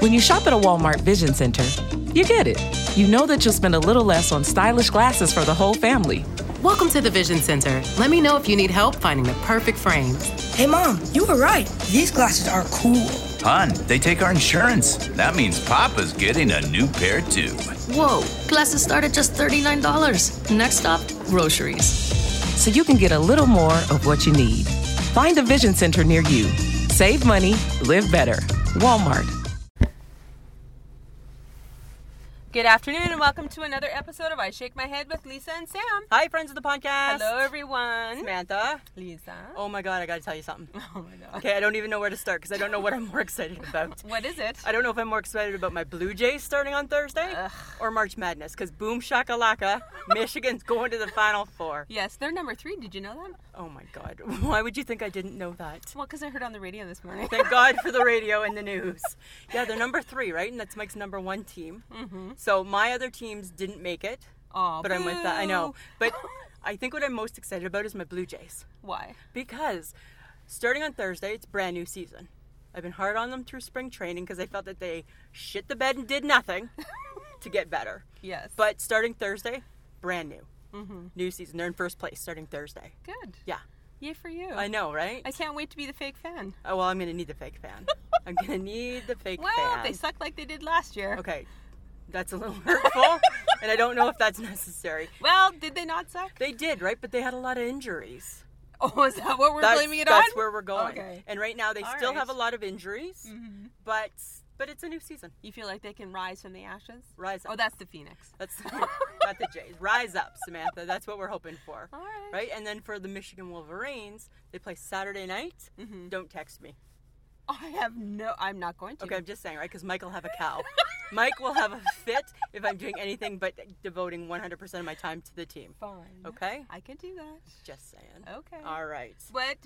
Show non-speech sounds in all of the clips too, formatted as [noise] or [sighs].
When you shop at a Walmart Vision Center, you get it. You know that you'll spend a little less on stylish glasses for the whole family. Welcome to the Vision Center. Let me know if you need help finding the perfect frames. Hey, Mom, you were right. These glasses are cool. Hon, they take our insurance. That means Papa's getting a new pair, too. Whoa, glasses start at just $39. Next up, groceries. So you can get a little more of what you need. Find a vision center near you. Save money, live better. Walmart. Good afternoon and welcome to another episode of I Shake My Head with Lisa and Sam. Hi, friends of the podcast. Hello, everyone. Samantha. Lisa. Oh my god, I gotta tell you something. [laughs] Oh my god. Okay, I don't even know where to start because I don't know what I'm more [laughs] excited about. [laughs] What is it? I don't know if I'm more excited about my Blue Jays starting on Thursday or March Madness because [laughs] boom shakalaka, Michigan's going to the Final Four. Yes, they're number three. Did you know that? Oh my god, [laughs] why would you think I didn't know that? Well, because I heard on the radio this [laughs] morning. [laughs] Thank God for the radio and the news. Yeah, they're number three, right? And that's Mike's number one team. So my other teams didn't make it, Mm-hmm. Aw, but I'm with that. I know. boo. [laughs] But I think what I'm most excited about is my Blue Jays. Why? because starting on Thursday, it's brand new season. I've been hard on them through spring training because I felt that they shit the bed and did nothing to get better. [laughs] Yes. Mm-hmm. But starting Thursday, brand new. New season. They're in first place starting Thursday. Good. Yeah. Yay for you. I know, right? I can't wait to be the fake fan. oh, well, I'm going to need the fake fan. I'm [laughs] going to need the fake Well, fan. they suck like they did last year. Okay. That's a little hurtful, and I don't know if that's necessary. Well, did they not suck? They did, right? But they had a lot of injuries. Oh, is that what we're that's, blaming it on? that's where we're going. Okay. And right now they All still right. Mm-hmm. have a lot of injuries, but but it's a new season. You feel like they can rise from the ashes? Rise up. Oh, that's the Phoenix. That's not the Jays. Rise up, Samantha. That's what we're hoping for. All right. Right? And then for the Michigan Wolverines, they play Saturday night. Mm-hmm. Don't text me. I have no. I'm not going to. Okay, I'm just saying, right? Because Mike will have a [laughs] cow. Mike will have a fit if I'm doing anything but devoting 100% of my time to the team. Fine. Okay? I can do that. Just saying. Okay. All right. But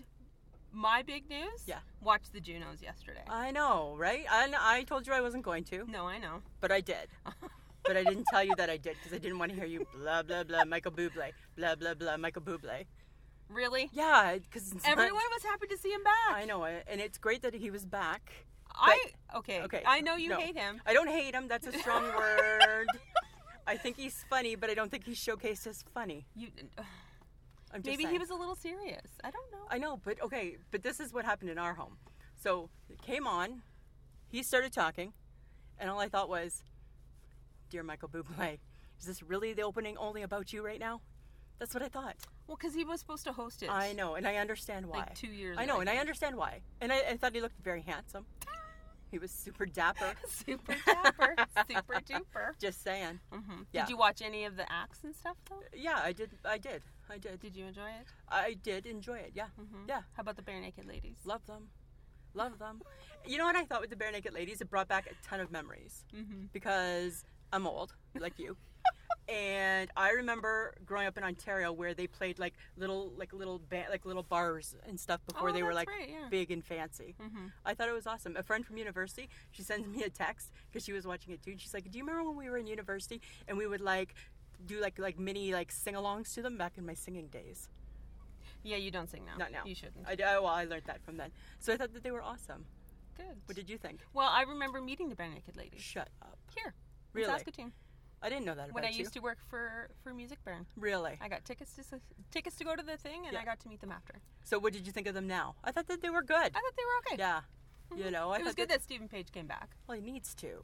my big news? Yeah. Uh, Watch the Junos yesterday. I know, right? And I told you I wasn't going to. no, I know. but I did. But I didn't tell you that I did because I didn't want to hear you blah blah blah Michael Bublé blah blah blah Michael Bublé. Really? Yeah, because Everyone was happy to see him back. I know, I- and it's great that he was back. I but- okay. Okay, I know you no. hate [laughs] him. I don't hate him. That's [laughs] a strong word. I think he's funny, but I don't think he showcased his funny. You uh, I'm [sighs] just maybe he saying. was a little serious. I don't know. I know, but okay, but this is what happened in our home. So it came on, he started talking, and all I thought was, "Dear Michael Bublé, is this really the opening only about you right now?" That's what I thought. Well, because he was supposed to host it. I know, and I understand why. Like two years I know, ago, I and I think. understand why. And I, I thought he looked very handsome. he was super [laughs] dapper. [laughs] Super dapper. super duper. Just saying. Mm-hmm. Yeah. Did you watch any of the acts and stuff though? yeah, I did. I did. I did. Did Mm-hmm. you enjoy it? I did enjoy it. Yeah. Yeah. How about the bare naked ladies? Love them. Love them. You know what I thought with the Bare Naked Ladies? It brought back a ton of memories Mm-hmm. because I'm old, [laughs] like you. and I remember growing up in Ontario where they played like little, like little, ba- like little bars and stuff before Oh, they were that's like right, yeah. Mm-hmm. big and fancy. I thought it was awesome. A friend from university, she sends me a text because she was watching it too. And she's like, "Do you remember when we were in university and we would like do like like mini like sing-alongs to them back in my singing days?" Yeah, you don't sing now. Not now. You shouldn't. I, I- well, I learned that from then. So I thought that they were awesome. Good. What did you think? well, I remember meeting the bare naked ladies Shut up. here. Really? In Saskatoon. I didn't know that about When I you. used to work for for Music Baron. Really? I got tickets to s- tickets to go to the thing, and I got to meet them after. So what did you think of them now? I thought that they were good. I thought they were okay. Yeah. You know, I it was thought good that Stephen Page came back. well, he [laughs] needs to.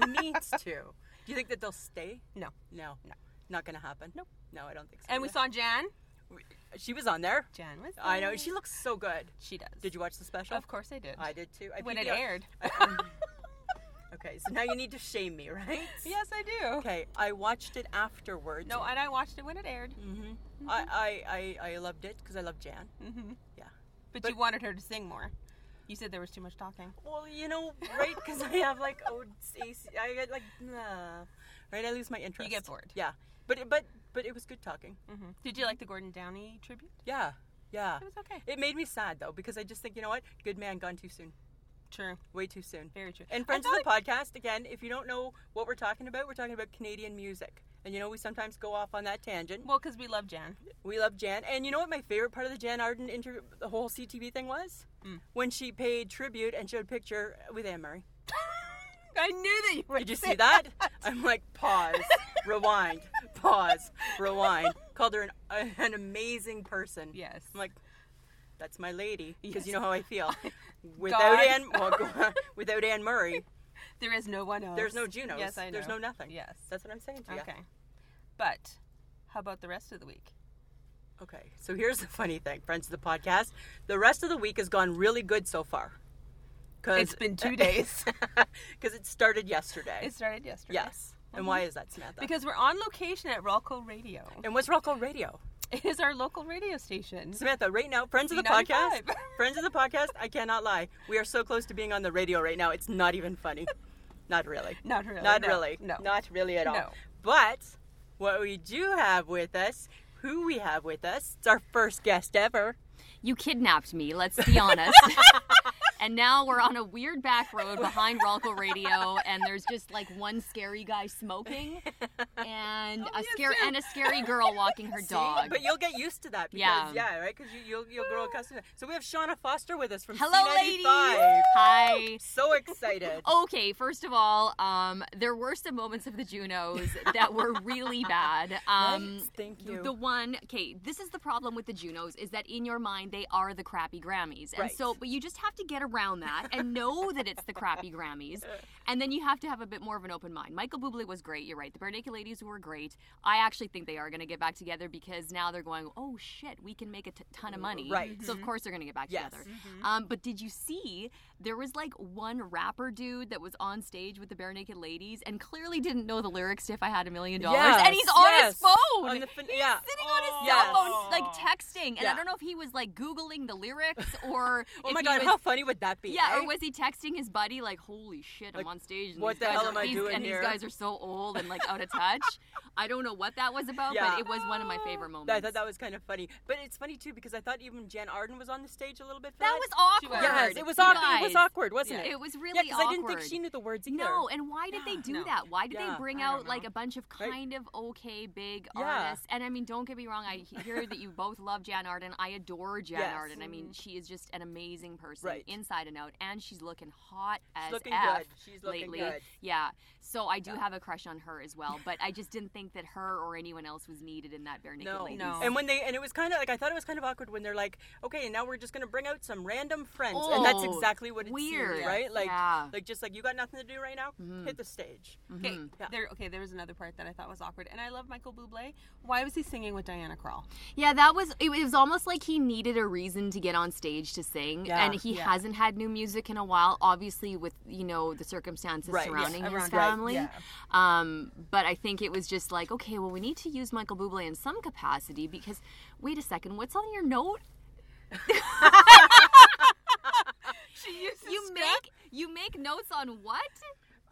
he needs to. Do you think that they'll stay? No, No. No. Not gonna happen. Nope. No, I don't think so. and we either. saw Jan. she was on there. Jan was. I know. there. She looks so good. She does. Did you watch the special? Of course I did. I did too. I When it peeked out. aired. Okay, so now you need to shame me, right? [laughs] [laughs] yes, I do. Okay, I watched it afterwards. No, and I watched it when it aired. I I, I, I loved it because I love Jan. Mm-hmm. Yeah. But, you wanted her to sing more. You said there was too much talking. Well, you know, right? Because I have like oh, AC, I get like nah, right? I lose my interest. bored. Mm. Yeah, but it- but but it was good talking. Did you like the Gordon Downey tribute? Yeah, yeah. It was okay. It made me sad though because I just think you know what? Good man gone too soon, True. way too soon. Very true. And I friends of thought the podcast again. If you don't know what we're talking about, we're talking about Canadian music. And you know we sometimes go off on that tangent. Well, because we love Jan. We love Jan, and you know what my favorite part of the Jan Arden interview, the whole Mm. CTV thing was when she paid tribute and showed picture with Anne Murray. I I knew that you were. Did you see that? I'm like, pause, rewind, pause, rewind. Called her an, uh, an amazing person. Yes. I'm like, that's my lady because you know Yes. how [laughs] I feel. Without God. Anne, well, [laughs] go- without Anne Murray, [laughs] There is no one else. there's no Junos. Yes, I know. There's no nothing. Yes. That's what I'm saying to you. Okay. But how about the rest of the week? Okay. So here's the funny thing, friends of the podcast. The rest of the week has gone really good so far. Cause, It's been [laughs] two days. because it started yesterday. It started yesterday. Mm-hmm. yes. And why is that, Samantha? Because we're on location at Rocco Radio. and what's Rock Call Radio? It is our local radio station. Samantha, right now, friends of the podcast, B95. friends of the podcast, I cannot lie. We are so close to being on the radio right now. It's not even funny. [laughs] Not really. Not really, Not no, really. no. Not really at all. No. But what we do have with us, who we have with us, it's our first guest ever. You kidnapped me, let's [laughs] be honest. and now we're on a weird back road behind Ronco Radio, and there's just like one scary [laughs] guy smoking and Oh, a scare and a scary girl walking [laughs] her dog. But you'll get used to that. Because, yeah. Yeah. right? Because you, you'll, you'll grow accustomed to it. So we have Shauna Foster with us from Hello, ladies. Oh, C95. Hi. So excited. Okay, first of all, um, there were some moments of the Junos that were really bad. [laughs] Um, Right? Thank the- you. The one, okay, this is the problem with the Junos is that in your mind they are the crappy Grammys, and Right. so but you just have to get around that and know that it's the crappy Grammys, and then you have to have a bit more of an open mind. Michael Bublé was great. You're right. The Bare Naked Ladies were great. I actually think they are going to get back together because now they're going, oh shit, we can make a t- ton of money. Right. Mm-hmm. So of course they're going to get back Yes. Mm-hmm. together. Um, but did you see there was like one rapper dude that was on stage with the Bare Naked Ladies and clearly didn't know the lyrics to If I Had a Million Dollars, and he's Yes, on yes. his phone On the fin- yeah. sitting on his Oh. cell Yes. phone, like texting, and Yeah. I don't know if he was like googling [laughs] the lyrics or Oh if my he God, was- how funny would that be? yeah, right? or was he texting his buddy like, "Holy shit, Like, I'm on stage, and what these the guys hell are, am I these, doing and here?" these guys are so old and like out of touch." [laughs] I don't know what that was about, Yeah. but it was one of my favorite moments. I thought that was kind of funny, but it's funny too because I thought even Jan Arden was on the stage a little bit. For That that, was She awkward. was. Yes, it was You awkward. It was guys. awkward, wasn't Yeah. it? It was really yeah, because I didn't think awkward. she knew the words either. No, and why did they do no. that? Why did Yeah, they bring I don't out like know. a bunch of Right. kind of okay big Yeah. artists? And I mean, don't get me wrong, I he- hear that you both love Jan Arden. I adore Jan Yes. Arden. I mean, she is just an amazing person Right. inside and out, and she's looking hot as looking f good. She's looking lately. good. Yeah, so I do have a crush on her as well, but I just didn't think that her or anyone else was needed in that bare naked no, ladies. No. And when they and it was kind of like I thought it was kind of awkward when they're like, okay, and now we're just gonna bring out some random friends, and that's Oh, exactly what it weird. seemed, right? Like, Yeah. Mm-hmm. like just like you got nothing to do right now, hit the stage. Okay, Yeah. there. Okay, there was another part that I thought was awkward, and I love Michael Bublé. Why was he singing with Diana [laughs] Krall? Yeah, that was it was almost like he needed a reason to get on stage to sing Yeah. and he hasn't had new music in a while obviously with you know the circumstances Right, yeah, surrounding his around- right, family. yeah. Um but I think it was just like okay, well we need to use Michael Bublé in some capacity because wait a second, what's on your note? She used to You make you make notes on what?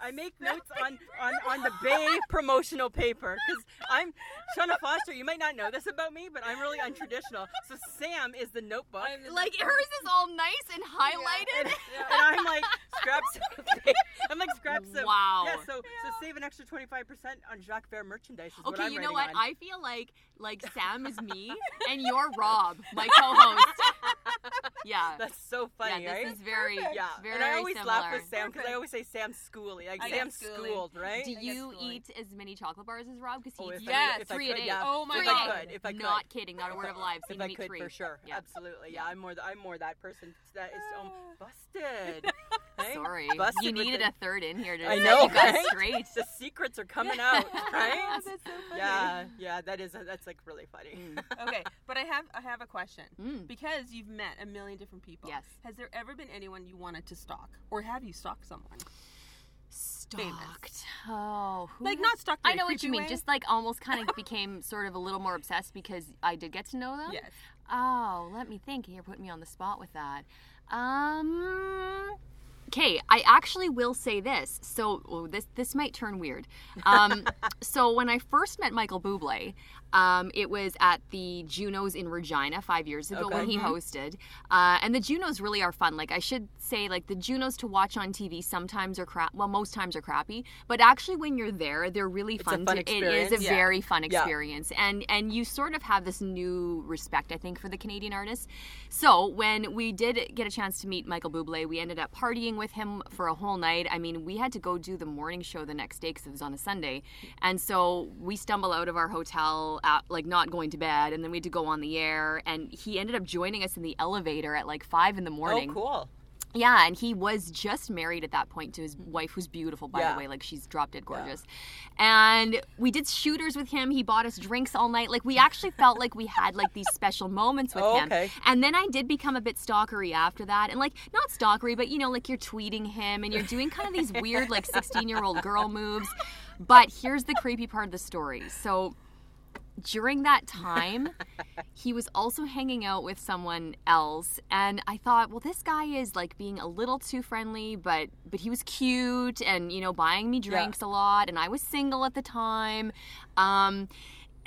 I make notes on, on, on the Bay [laughs] promotional paper because I'm Shauna Foster. You might not know this about me, but I'm really untraditional. So Sam is the notebook. Like hers is all nice and highlighted. and I'm like scraps. [laughs] of pa- I'm like scraps of Wow. Yeah, so so save an extra twenty five percent on Jacques Vert merchandise. Is what Okay, I'm you know what? writing on. I feel like like Sam is [laughs] me and you're Rob, my co-host. Yeah. That's so funny, yeah, this right? is very, yeah, very and I always similar. laugh with Sam because I always say Sam's schooly, like I get Sam's schooly. schooled, right? Do I you guess, like- eat as many chocolate bars as Rob? Because he Oh, eats if I- three- if I three could, a day. yeah. Oh my three God. If A I day. could, if I could. Not kidding. Not a word of [laughs] a lie. I've if seen I me could, three. for sure, Yeah. Ah. absolutely. Yeah, I'm more. The, I'm more that person. That is um, [laughs] busted. right? Sorry. [laughs] busted you with needed the- a third in here to I set know, you guys right? [laughs] straight. The secrets are coming [laughs] out, Oh, right? That's so funny. yeah, yeah, that is. That's like really funny. Mm, [laughs] okay, but I have I have a question Mm. because you've met a million different people. Yes. Has there ever been anyone you wanted to stalk, or have you stalked someone? Stalked. Oh, who Like, has- not stalked in I a know what creepy you mean. way. Just like [laughs] almost kind of became sort of a little more obsessed because I did get to know them. Yes. Oh, let me think. You're putting me on the spot with that. Um. Okay, I actually will say this. [laughs] So oh, this this might turn weird. Um, so when I first met Michael Bublé, Um, it was at the Junos in Regina five years ago when he Mm-hmm. hosted. Uh, and the Junos really are fun. Like I should say, like the Junos to watch on TV sometimes are crap. Well, most times are crappy, but actually when you're there, they're really fun. fun to- It is experience. a Yeah. very fun experience, and and you sort of have this new respect, I think, for the Canadian artists. So when we did get a chance to meet Michael Bublé, we ended up partying with him for a whole night. I mean, we had to go do the morning show the next day because it was on a Sunday, and so we stumble out of our hotel at, like not going to bed, and then we had to go on the air, and he ended up joining us in the elevator at like five in the Oh, morning. [laughs] cool. Yeah, and he was just married at that point to his wife, who's beautiful, by Mm. Yeah. the way. Like, she's drop dead gorgeous. And we did shooters with him. He bought us drinks all night. Like, we actually felt like we had, like, these special moments with [laughs] Oh, him. okay. And then I did become a bit stalkery after that. And, like, not stalkery, but, you know, like, you're tweeting him and you're doing kind of these weird, like, 16 year old girl moves. But here's the creepy part of the story. So, during that time, he was also hanging out with someone else, and I thought, well, this guy is like being a little too friendly, but but he was cute, and you know, buying me drinks a lot, and I was single at the time. Um,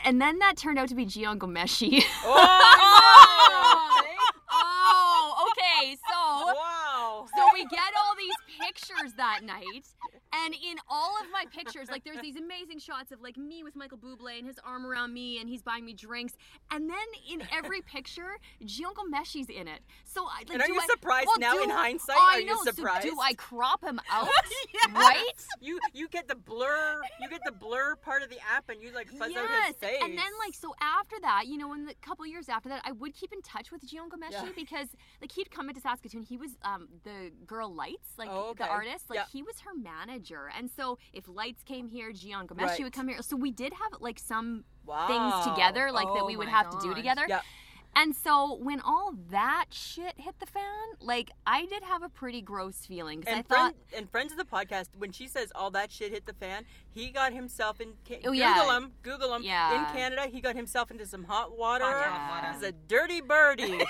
and then that turned out to be Gian Gomeshi. [laughs] eh? oh, okay, [laughs] so. Wow. So we get all these pictures that night, and in all of my pictures, like there's these amazing shots of like me with Michael Bublé and his arm around me, and he's buying me drinks. And then in every picture, Gianco Meshi's in it. So I like, And are do you I- surprised well, now do- in hindsight? I Are you know, so do surprised? I crop him [laughs] out? Right? You you get the blur you get the blur part of the app and you like fuzz out his face. And then like so after that, you know, in the couple years after that, I would keep in touch with Gian Gomeshi because like he'd come into Saskatoon. He was um the girl Lights, like Oh, the okay. artist. Like Yeah. he was her manager. And so if Lights came here, Gian Gomeshi Right. would come here. So we did have like some Wow. things together, like that Oh we would my have to do gosh. together. Yeah. And so when all that shit hit the fan, like I did have a pretty gross feeling because and I friend, thought and friends of the podcast, when she says all that shit hit the fan, he got himself in. Ca- Oh, Google yeah. him, Google him. Yeah. In Canada, he got himself into some hot water. Hot water. He's a dirty [laughs] birdie.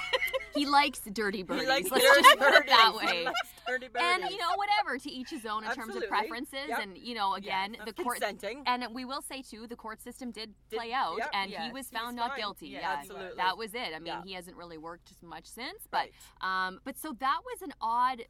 he likes dirty [laughs] birdies. he likes Let's dirty just put birdies. [laughs] it that He way. likes dirty birdies. and you know whatever to each his own in terms Absolutely. of preferences Yep. and you know again Yes. the court Consenting. and we will say too the court system did Did- play out yep. and he Yes, was he was found not fine. guilty Yeah, yeah absolutely. that was it i mean Yeah. he hasn't really worked as much since but um but so that was an odd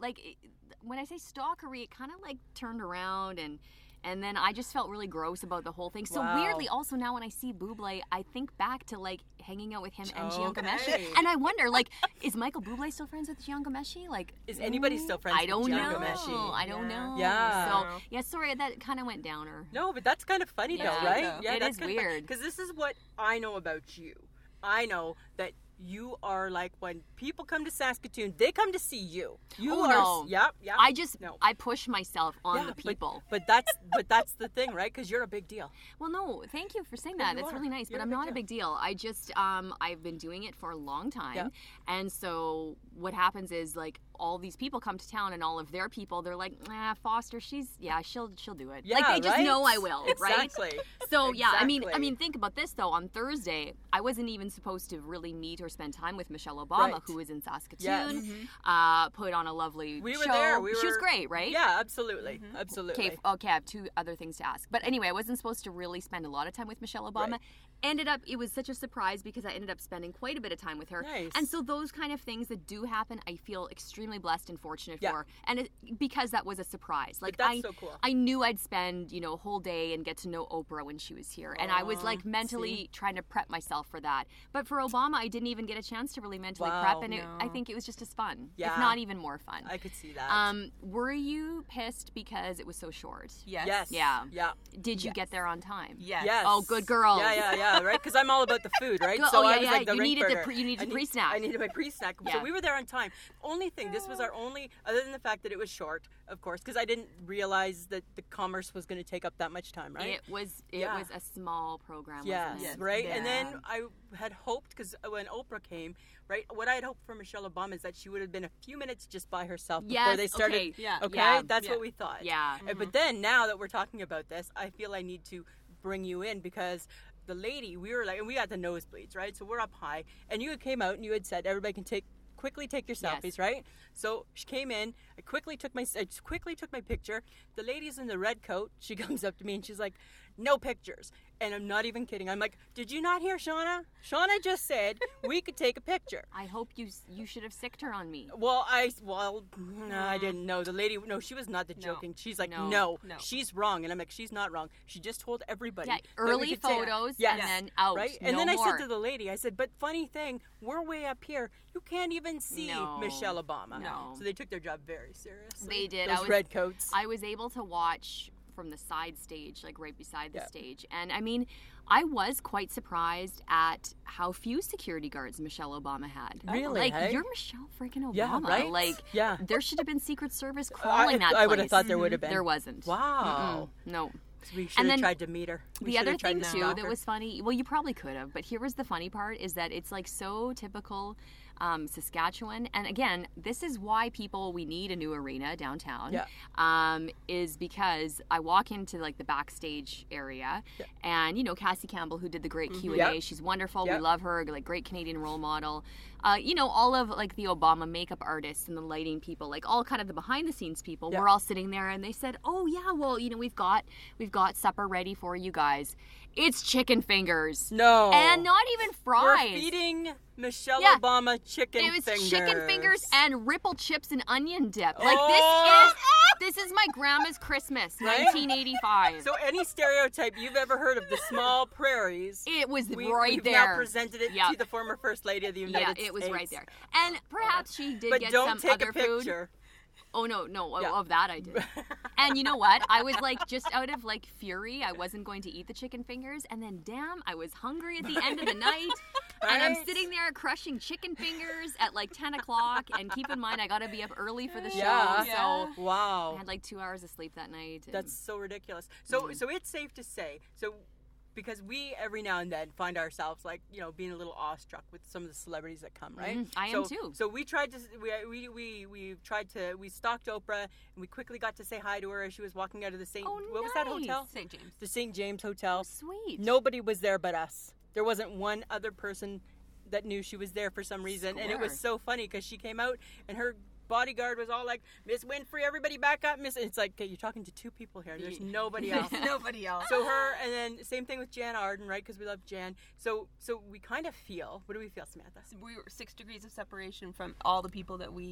like it- when i say stalkery it kind of like turned around and and then I just felt really gross about the whole thing. So Wow. weirdly, also now when I see Buble, I think back to like hanging out with him and Gian Okay. Gomeshi, and I wonder like, is Michael Buble still friends with Gian Gomeshi? Like, Is anybody still friends I with don't Gian know. Gomeshi? I don't know. Yeah. So yeah, sorry that kind of went downer. No, but that's kind of funny Yeah, though, right? though. It is weird. Because this is what I know about you. I know that you are like when people come to Saskatoon, they come to see you. You Oh, are. no. Yep. Yep. I just No. I push myself on Yeah, the but- people. But, that's but that's the thing, right? Because you're a big deal. well, no, thank you for saying that. you That's are. really nice, You're a but I'm big not deal. a big deal. I just um I've been doing it for a long time, Yeah. and so what happens is like all these people come to town, and all of their people they're like, nah, Foster, she's yeah, she'll she'll do it. like Yeah, they just right? know I will, right? Exactly. So yeah, I mean, I Exactly. mean, think about this though. On Thursday, I wasn't even supposed to really meet or spend time with Michelle Obama, Right. who was in Saskatoon. Yes. Uh, put on a lovely We show. were there. We she was were- great, right? Yeah, absolutely, absolutely. Okay. f- Okay. I have two other things to ask, but anyway, I wasn't supposed to really spend a lot of time with Michelle Obama. Right. Ended up, it was such a surprise because I ended up spending quite a bit of time with her. Nice. And so those kind of things that do happen, I feel extremely blessed and fortunate Yeah. for, and it, because that was a surprise. Like that's I, so cool. I knew I'd spend you know a whole day and get to know Oprah when she was here, and I was like mentally trying to prep myself for that. But for Obama, I didn't even get a chance to really mentally Wow. prep, and it, I think it was just as fun, Yeah. if not even more fun. I could see that. Um, were you pissed because it was so short? Yes. yes. yeah. Yeah. Did you get there on time? Yes. Yes. Oh, good girl. Yeah, yeah, yeah. Right, because I'm all about the food, right? Go- so oh, I yeah, was yeah, like the you rink needed the burger. pre- you needed I the need- pre-snack. I needed my pre-snack. Yeah. So we were there on time. Only thing, this was our only, other than the fact that it was short, of course, because I didn't realize that the commerce was going to take up that much time, right? It was it Yeah. was a small program. Yes, Wasn't it? right. And then Yeah. I had hoped because when Oprah came, right, what I had hoped for Michelle Obama is that she would have been a few minutes just by herself before Yes, they started. okay, yeah, okay, yeah, that's yeah. what we thought. Yeah. mm-hmm. Uh, But then now that we're talking about this, I feel I need to bring you in because the lady we were like, and we got the nosebleeds, right? So we're up high, and you had came out and you had said everybody can take quickly take your Yes. selfies, right? So she came in. I quickly took my I just quickly took my picture. The lady's in the red coat. She [laughs] comes up to me and she's like, "No pictures." And I'm not even kidding. I'm like, "Did you not hear Shauna? Shauna just said we could take a picture." I hope you s- you should have sicked her on me. Well, I well, no, I didn't know. The lady, no, she was not the joking. She's like, No. no, No. she's wrong, and I'm like, she's not wrong. She just told everybody. Yeah, that we early could take- photos Yes. and then out. right? And No then I more. said to the lady, I said, but funny thing, we're way up here. You can't even see No. Michelle Obama. No. So they took their job very seriously. They did. Those I was, red coats. I was able to watch from the side stage, like right beside the Yeah. stage, and I mean, I was quite surprised at how few security guards Michelle Obama had. Really, Like hey? you're Michelle freaking Obama. Yeah, right? Like Yeah. there should have been Secret Service crawling that. I would have place. thought there would have been. There wasn't. Wow. No. So we should And then have tried to meet her. We the should have other tried thing to too stalk that her. was funny well you probably could have but here was the funny part is that it's like so typical um, saskatchewan and again this is why people we need a new arena downtown Yeah. um, is because i walk into like the backstage area and you know cassie campbell who did the great q&a Mm-hmm. Yep. she's wonderful we Yep. love her like great canadian role model uh, you know all of like the obama makeup artists and the lighting people like all kind of the behind the scenes people Yeah. we're all sitting there and they said oh yeah well you know we've got we've got supper ready for you guys it's chicken fingers No. and not even We're fries feeding Michelle Yeah. Obama chicken it was fingers. chicken fingers and ripple chips and onion dip like Oh. [laughs] this is this is my grandma's christmas 1985 So any stereotype you've ever heard of the small prairies, it was we, right we've there now presented it Yeah. to the former first lady of the United yeah, States. it was right there. And perhaps she did But get don't some take other a food. picture. Oh no, no, Yeah. of that I did. [laughs] and you know what? I was like just out of like fury. I wasn't going to eat the chicken fingers, and then damn, I was hungry at the end of the [laughs] night. And I'm Right. sitting there crushing chicken fingers at like 10 o'clock. And keep in mind, I got to be up early for the show. Yeah. So Yeah. I Wow, had like two hours of sleep that night. and- that's so ridiculous. So Mm. so it's safe to say so. Because we every now and then find ourselves like you know being a little awestruck with some of the celebrities that come, right? Mhm, I so, am too. So we tried to we, we we we tried to we stalked Oprah and we quickly got to say hi to her as she was walking out of the St. Oh, what was that nice. hotel? St. James. The St. James Hotel. sweet. Nobody was there but us. There wasn't one other person that knew she was there for some reason, and it was Score. so funny because she came out and her bodyguard was all like, "Miss Winfrey, everybody back up, Miss." And it's like, okay, you're talking to two people here. There's [laughs] nobody else. Nobody else. [laughs] So her, and then same thing with Jan Arden, right? Because we love Jan. So so we kind of feel. What do we feel, Samantha? we were six degrees of separation from all the people that we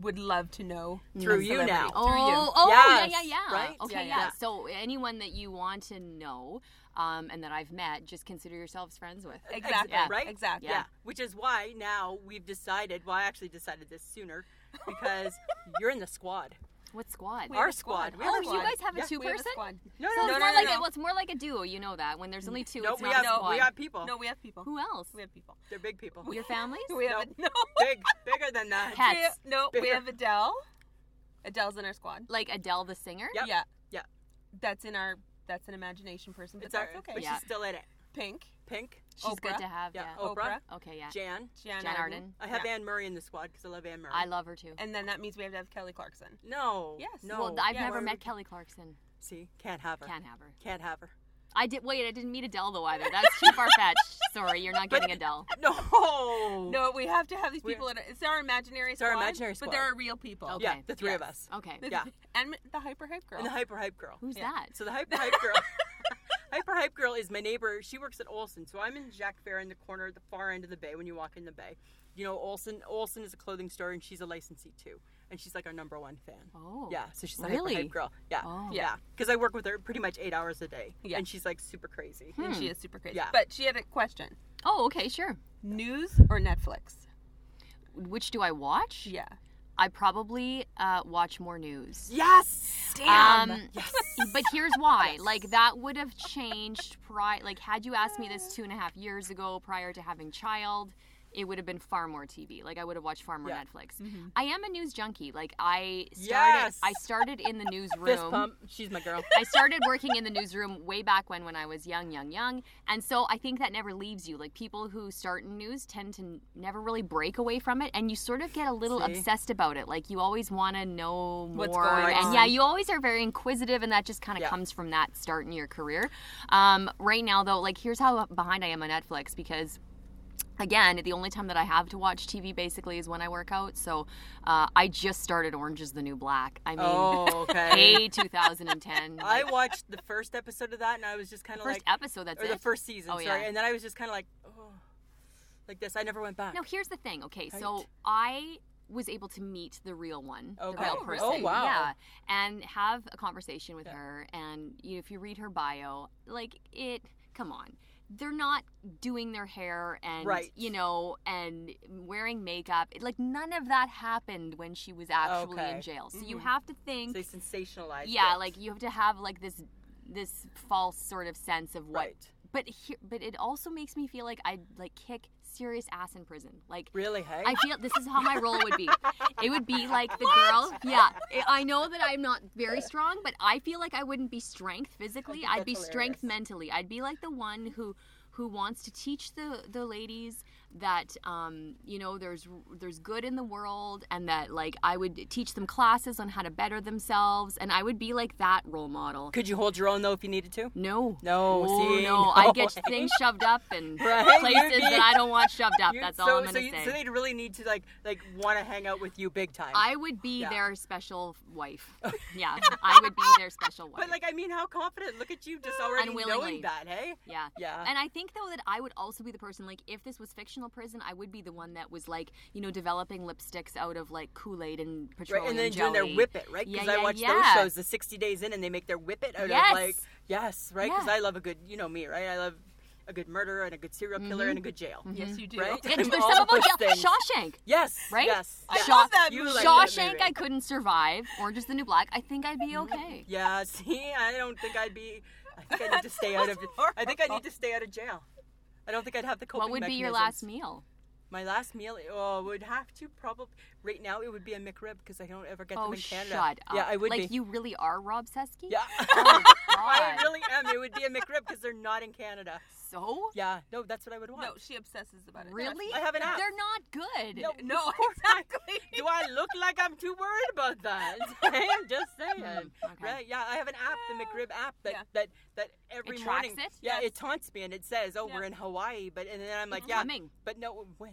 would love to know Through as you celebrities. now. Through Oh, you. oh, Yes, yeah, yeah, yeah. right? Okay, Yeah, yeah, yeah. So anyone that you want to know um, and that I've met, just consider yourselves friends with. Exactly. Yeah. right? Exactly. Yeah. Which is why now we've decided. Well, I actually decided this sooner because [laughs] you're in the squad. What squad? Our squad. We have Oh, a you squad. guys have a Yeah. two We have a person? squad. No, no, So it's no, more no, like no. A, well, it's more like a duo. You know that when there's only two, No, it's we not have a squad. we have people. No, we have people. Who else? We have people. They're big people. Your families? [laughs] We have a, no. big, bigger than that. Pets. We have- no, we Bigger. have Adele. Adele's in our squad. like Adele the singer. Yep. Yeah, Yeah, that's in our. That's an imagination person, but it's our, that's okay. but Yeah. she's still in it. Pink, Pink, She's good Oprah. to have. yeah, Yeah. Oprah, Oprah. Okay. Yeah. Jan. Jan, Jan Arden. Arden. I have Yeah. Anne Murray in the squad because I love Anne Murray. I love her too. And then that means we have to have Kelly Clarkson. No. Yes. No. well, I've yeah, never where [laughs] met would- Kelly Clarkson. See, can't have her. Can't have her. Can't have her. [laughs] I did. Wait, I didn't meet Adele though either. That's too far [laughs] fetched. Sorry, you're not getting Adele. No. No, we have to have these We're- people. In our, it's our imaginary our squad. imaginary But there squad. are real people. [laughs] Okay. Yeah, the three of yes. Oh. us. Okay. The- [laughs] Yeah. And the hyper hype girl. And the hyper hype girl. Who's Yeah. that? So the hyper hype girl. [laughs] Hyper Hype Girl is my neighbor. She works at Olson, so I'm in Jack Fair in the corner at the far end of the bay when you walk in the bay. You know, Olson Olson is a clothing store and she's a licensee too. And she's like our number one fan. Oh, Yeah, so she's a really? Hyper Hype Girl. Yeah. Oh. Yeah. Because I work with her pretty much eight hours a day. Yeah. And she's like super crazy. Hmm. and she is super crazy. Yeah. But she had a question: Oh, okay, sure. news or Netflix? Which do I watch? Yeah. I probably uh, watch more news. Yes! Um, But here's why. Like that would have changed prior. Like had you asked me this two and a half years ago, prior to having child, it would have been far more TV. Like I would have watched far more Yeah. Mm-hmm. Netflix. I am a news junkie. Like I started. Yes. I started in [laughs] the Fist newsroom. pump. She's my girl. [laughs] I started working in the newsroom way back when when I was young, young, young. And so I think that never leaves you. Like people who start in news tend to n- never really break away from it and you sort of get a little obsessed about it. Like you always want to know more What's going and on. yeah, you always are very inquisitive and that just kind of Yeah. comes from that start in your career. Um, right now though, like here's how behind I am on Netflix because again, the only time that I have to watch TV basically is when I work out. So uh, I just started Orange is the New Black. I mean, Oh, okay. [laughs] hey, 2010. I like, watched the first episode of that, and I was just kind of first like, episode, that's or it. the first season, Oh, sorry. yeah. And then I was just kind of like, oh, like this. I never went back. No, here's the thing. Okay, so Right. I was able to meet the real one, the Okay. real Oh, person. really? Oh, wow. Yeah, and have a conversation with her. And you know, if you read her bio, like it, come on. They're not doing their hair and Right. you know and wearing makeup. It- Like none of that happened when she was actually in Okay. Mm-hmm. jail. So you have to think They sensationalized. yeah it. like you have to have like this this false sort of sense of what Right. but here but it also makes me feel like i'd like kick serious ass in prison like Really, hey? I feel this is how my role would be. It would be like the girl. Yeah, I I know that I'm not very strong, but I feel like I wouldn't be strength physically. I'd be strength mentally. I'd be like the one who who wants to teach the the ladies that um, you know there's there's good in the world and that like I would teach them classes on how to better themselves and I would be like that role model. Could you hold your own though if you needed to? No. No, Oh, see? no. I [laughs] No get way. things shoved up and Right, places you'd be- that I don't want shoved up. You- That's so, all I'm gonna so you- say. So they'd really need to like like want to hang out with you big time. I would be Yeah. their special wife. [laughs] Yeah, I would be their special wife. but like I mean, how confident? Look at you, just already knowing Unwillingly. that, hey? yeah. Yeah. And I think though that I would also be the person like if this was fictional prison, I would be the one that was like, you know, developing lipsticks out of like Kool-Aid and petroleum Right, and then doing jelly. their whip it, right? Yeah, Because yeah, I watch yeah. those shows, the 60 days in, and they make their whip it out Yes. of like, yes, right? Because Yeah. I love a good, you know me, right? I love a good murderer and a good serial killer Mm-hmm. and a good jail. Yes, you do. Right? [laughs] Yeah, there's All some about those yeah, things. Shawshank. Yes, Right? Yes, I yes. Shaw- love that You movie. like that Shawshank movie. I couldn't survive. Orange is the New Black. I think I'd be okay. Yeah, [laughs] see, I don't think I'd be. I think I need to stay out [laughs] of. I think I need to stay out of jail. I don't think I'd have the coping What would be your mechanisms. last meal? My last meal oh, would have to probably right now. It would be a McRib because I don't ever get Oh, them in Canada. shut up. Yeah, I would like be. you really are Rob Sesky? Yeah, [laughs] I God. really am. It would be a McRib because they're not in Canada. So? Yeah, no, that's what I would want. No, she obsesses about it. Really? I have an app. They're not good. No, No, [laughs] of course I- exactly. [laughs] Do I look like I'm too worried about that? [laughs] I'm just saying. Mm, okay. Right? Yeah, I have an app, the McRib app, that Yeah. that, that every It tracks morning. it? Yeah, Yes. it taunts me and it says, "Oh, we're Yeah. in Hawaii," but and then I'm like, "Yeah, Coming. but no, when?"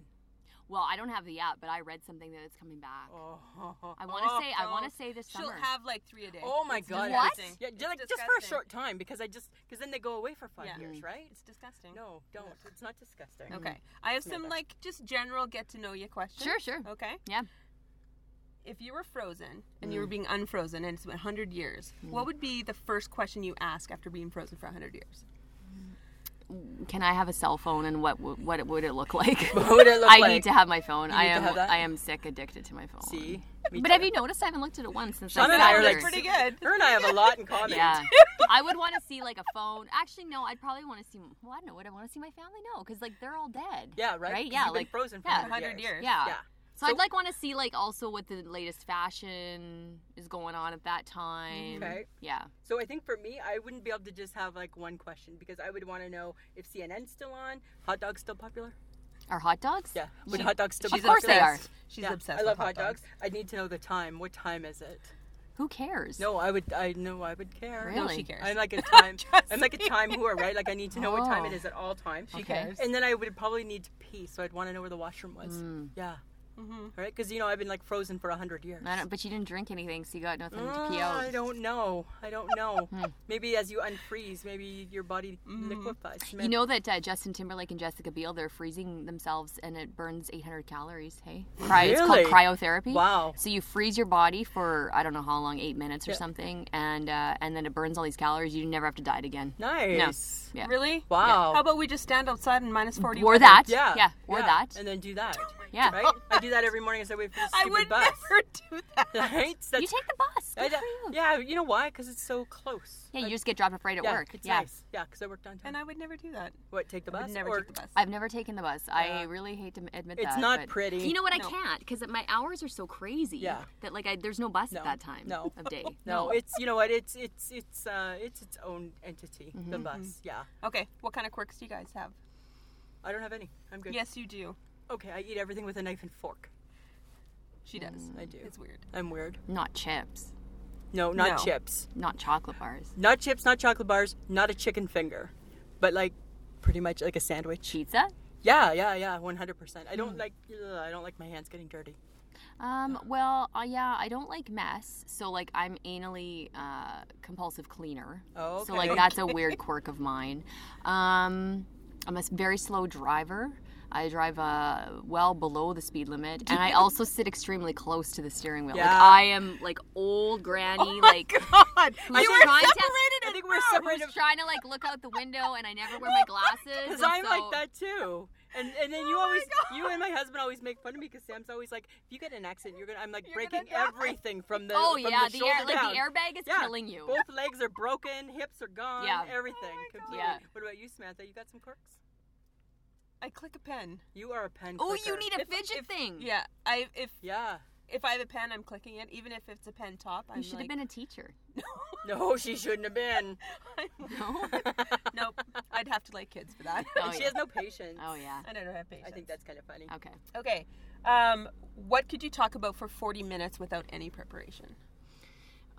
Well, I don't have the app, but I read something that it's coming back. Oh, I want to say, I Oh, want to say this She'll summer. have like three a day. oh my It's god! What? disgusting. Yeah, It's just, like, just for a disgusting. short time because I just because then they go away for five Yeah. years, right? It's disgusting. No, don't. It's not disgusting. Okay. I have some like just general get to know you questions. Sure, sure. Okay. yeah. If you were frozen and Mm. you were being unfrozen and it's been 100 years, what would be the first question you ask after being frozen for 100 years? Can I have a cell phone and what w- what it- would it look like? [laughs] What would it look I like? need to have my phone. I need to am have that? I am sick addicted to my phone. [laughs] See, Me But too. have you noticed I haven't looked at it once since I Her and I got are here? like pretty [laughs] good. Her and I have a lot [laughs] in common. yeah. [laughs] I would want to see like a phone. Actually, no. I'd probably want to see. Well, I don't know. Would I want to see my family? No, because like they're all dead. Yeah, right? 'Cause Right. Yeah. you've been like frozen for yeah. 100 years. Yeah. Yeah. So, I'd like want to see like also what the latest fashion is going on at that time. Okay. Yeah. So I think for me, I wouldn't be able to just have like one question because I would want to know if CNN's still on, hot dogs still popular. Are hot dogs? Yeah, would She- hot dogs still? be Of course they are. popular? She's Yeah, obsessed I love with hot dogs. I need to know the time. What time is it? Who cares? No, I would. I know I would care. Really? No, she cares. I'm like [laughs] a time. I'm like a time whore, right? Like I need to know what time it Oh. is at all times. She cares. And then I would probably need to pee, so I'd want to know where the washroom was. Hmm. Yeah. Mm-hmm. Right? Because you know I've been like frozen for a hundred years. I don't, but you didn't drink anything, so you got nothing to pee Uh, out. I don't know. I don't know. Hmm. maybe as you unfreeze, maybe your body liquefies. Mm-hmm. You know that uh, Justin Timberlake and Jessica Biel, they're freezing themselves and it burns 800 calories, hey? Cry, It's called Really? cryotherapy. Wow. So you freeze your body for, I don't know how long, eight minutes or something, and uh, and then it burns all these calories. You never have to diet again. Nice. Yeah. Really? Wow. How about we just stand outside in minus 40? Or weather? that. Yeah. Yeah, or that. Oh And then do that. Yeah. Right? I do that every morning as I wait for the I stupid would bus. never [laughs] do that. [laughs] Right? That's, You take the bus. I Good do- for you. Yeah, you know why? Because it's so close. Yeah, you just get dropped off right at Yeah, work. It's yeah. nice. Yeah, because I work downtown. And I would never do that. what, take the I bus? would never or, take the bus. I've never taken the bus. I really hate to m- admit It's that. not but- pretty. You know what? No. I can't because my hours are so crazy Yeah. that like I, there's no bus No. at that time No. of day. [laughs] No, it's you know what? It's it's it's uh it's its own entity. Mm-hmm. The bus. Yeah. Okay. What kind of quirks do you guys have? I don't have any. I'm good. Yes, you do. Okay, I eat everything with a knife and fork. She does. Mm, I do. It's weird. I'm weird. not chips, No, not No. chips. not chocolate bars, Not chips. Not chocolate bars. Not a chicken finger. But like, pretty much like a sandwich. pizza. Yeah, yeah, yeah, 100%. I Mm. don't like ugh, I don't like my hands getting [laughs] dirty. Um, well, uh, yeah, I don't like mess, so like I'm anally uh, compulsive cleaner. Oh, So like okay. that's [laughs] a weird quirk of mine. Um, I'm a s- very slow driver. I drive uh, well below the speed limit, and [laughs] I also sit extremely close to the steering wheel. Like Yeah. Oh I am like old granny, like God. who's You were trying to- separated I think we're who's separated. trying to like look out the window, and I never wear my [laughs] glasses. Because and I'm so- Oh like that too. And and then you always you and my husband always make fun of me because Sam's always like, if you get in an accident, you're gonna I'm like breaking everything from the Oh from yeah, the, the, air, shoulder like down. the airbag is Yeah, killing you. Both legs are broken, hips are gone, Yeah. Oh everything. completely. Yeah. What about you, Samantha? You got some quirks? I click a pen. You are a pen. Oh, you clicker. need a If- fidget if- thing. Yeah, I if Yeah. if I have a pen, I'm clicking it, even if it's a pen top. I'm You should like, [laughs] have been a [laughs] teacher. No, she shouldn't have been. [laughs] No. nope. I'd have to like kids for that. [laughs] Oh, she yeah. has [laughs] no patience. Oh yeah. and I don't have patience. I think that's kind of funny. Okay. okay. Um, what could you talk about for 40 minutes without any preparation?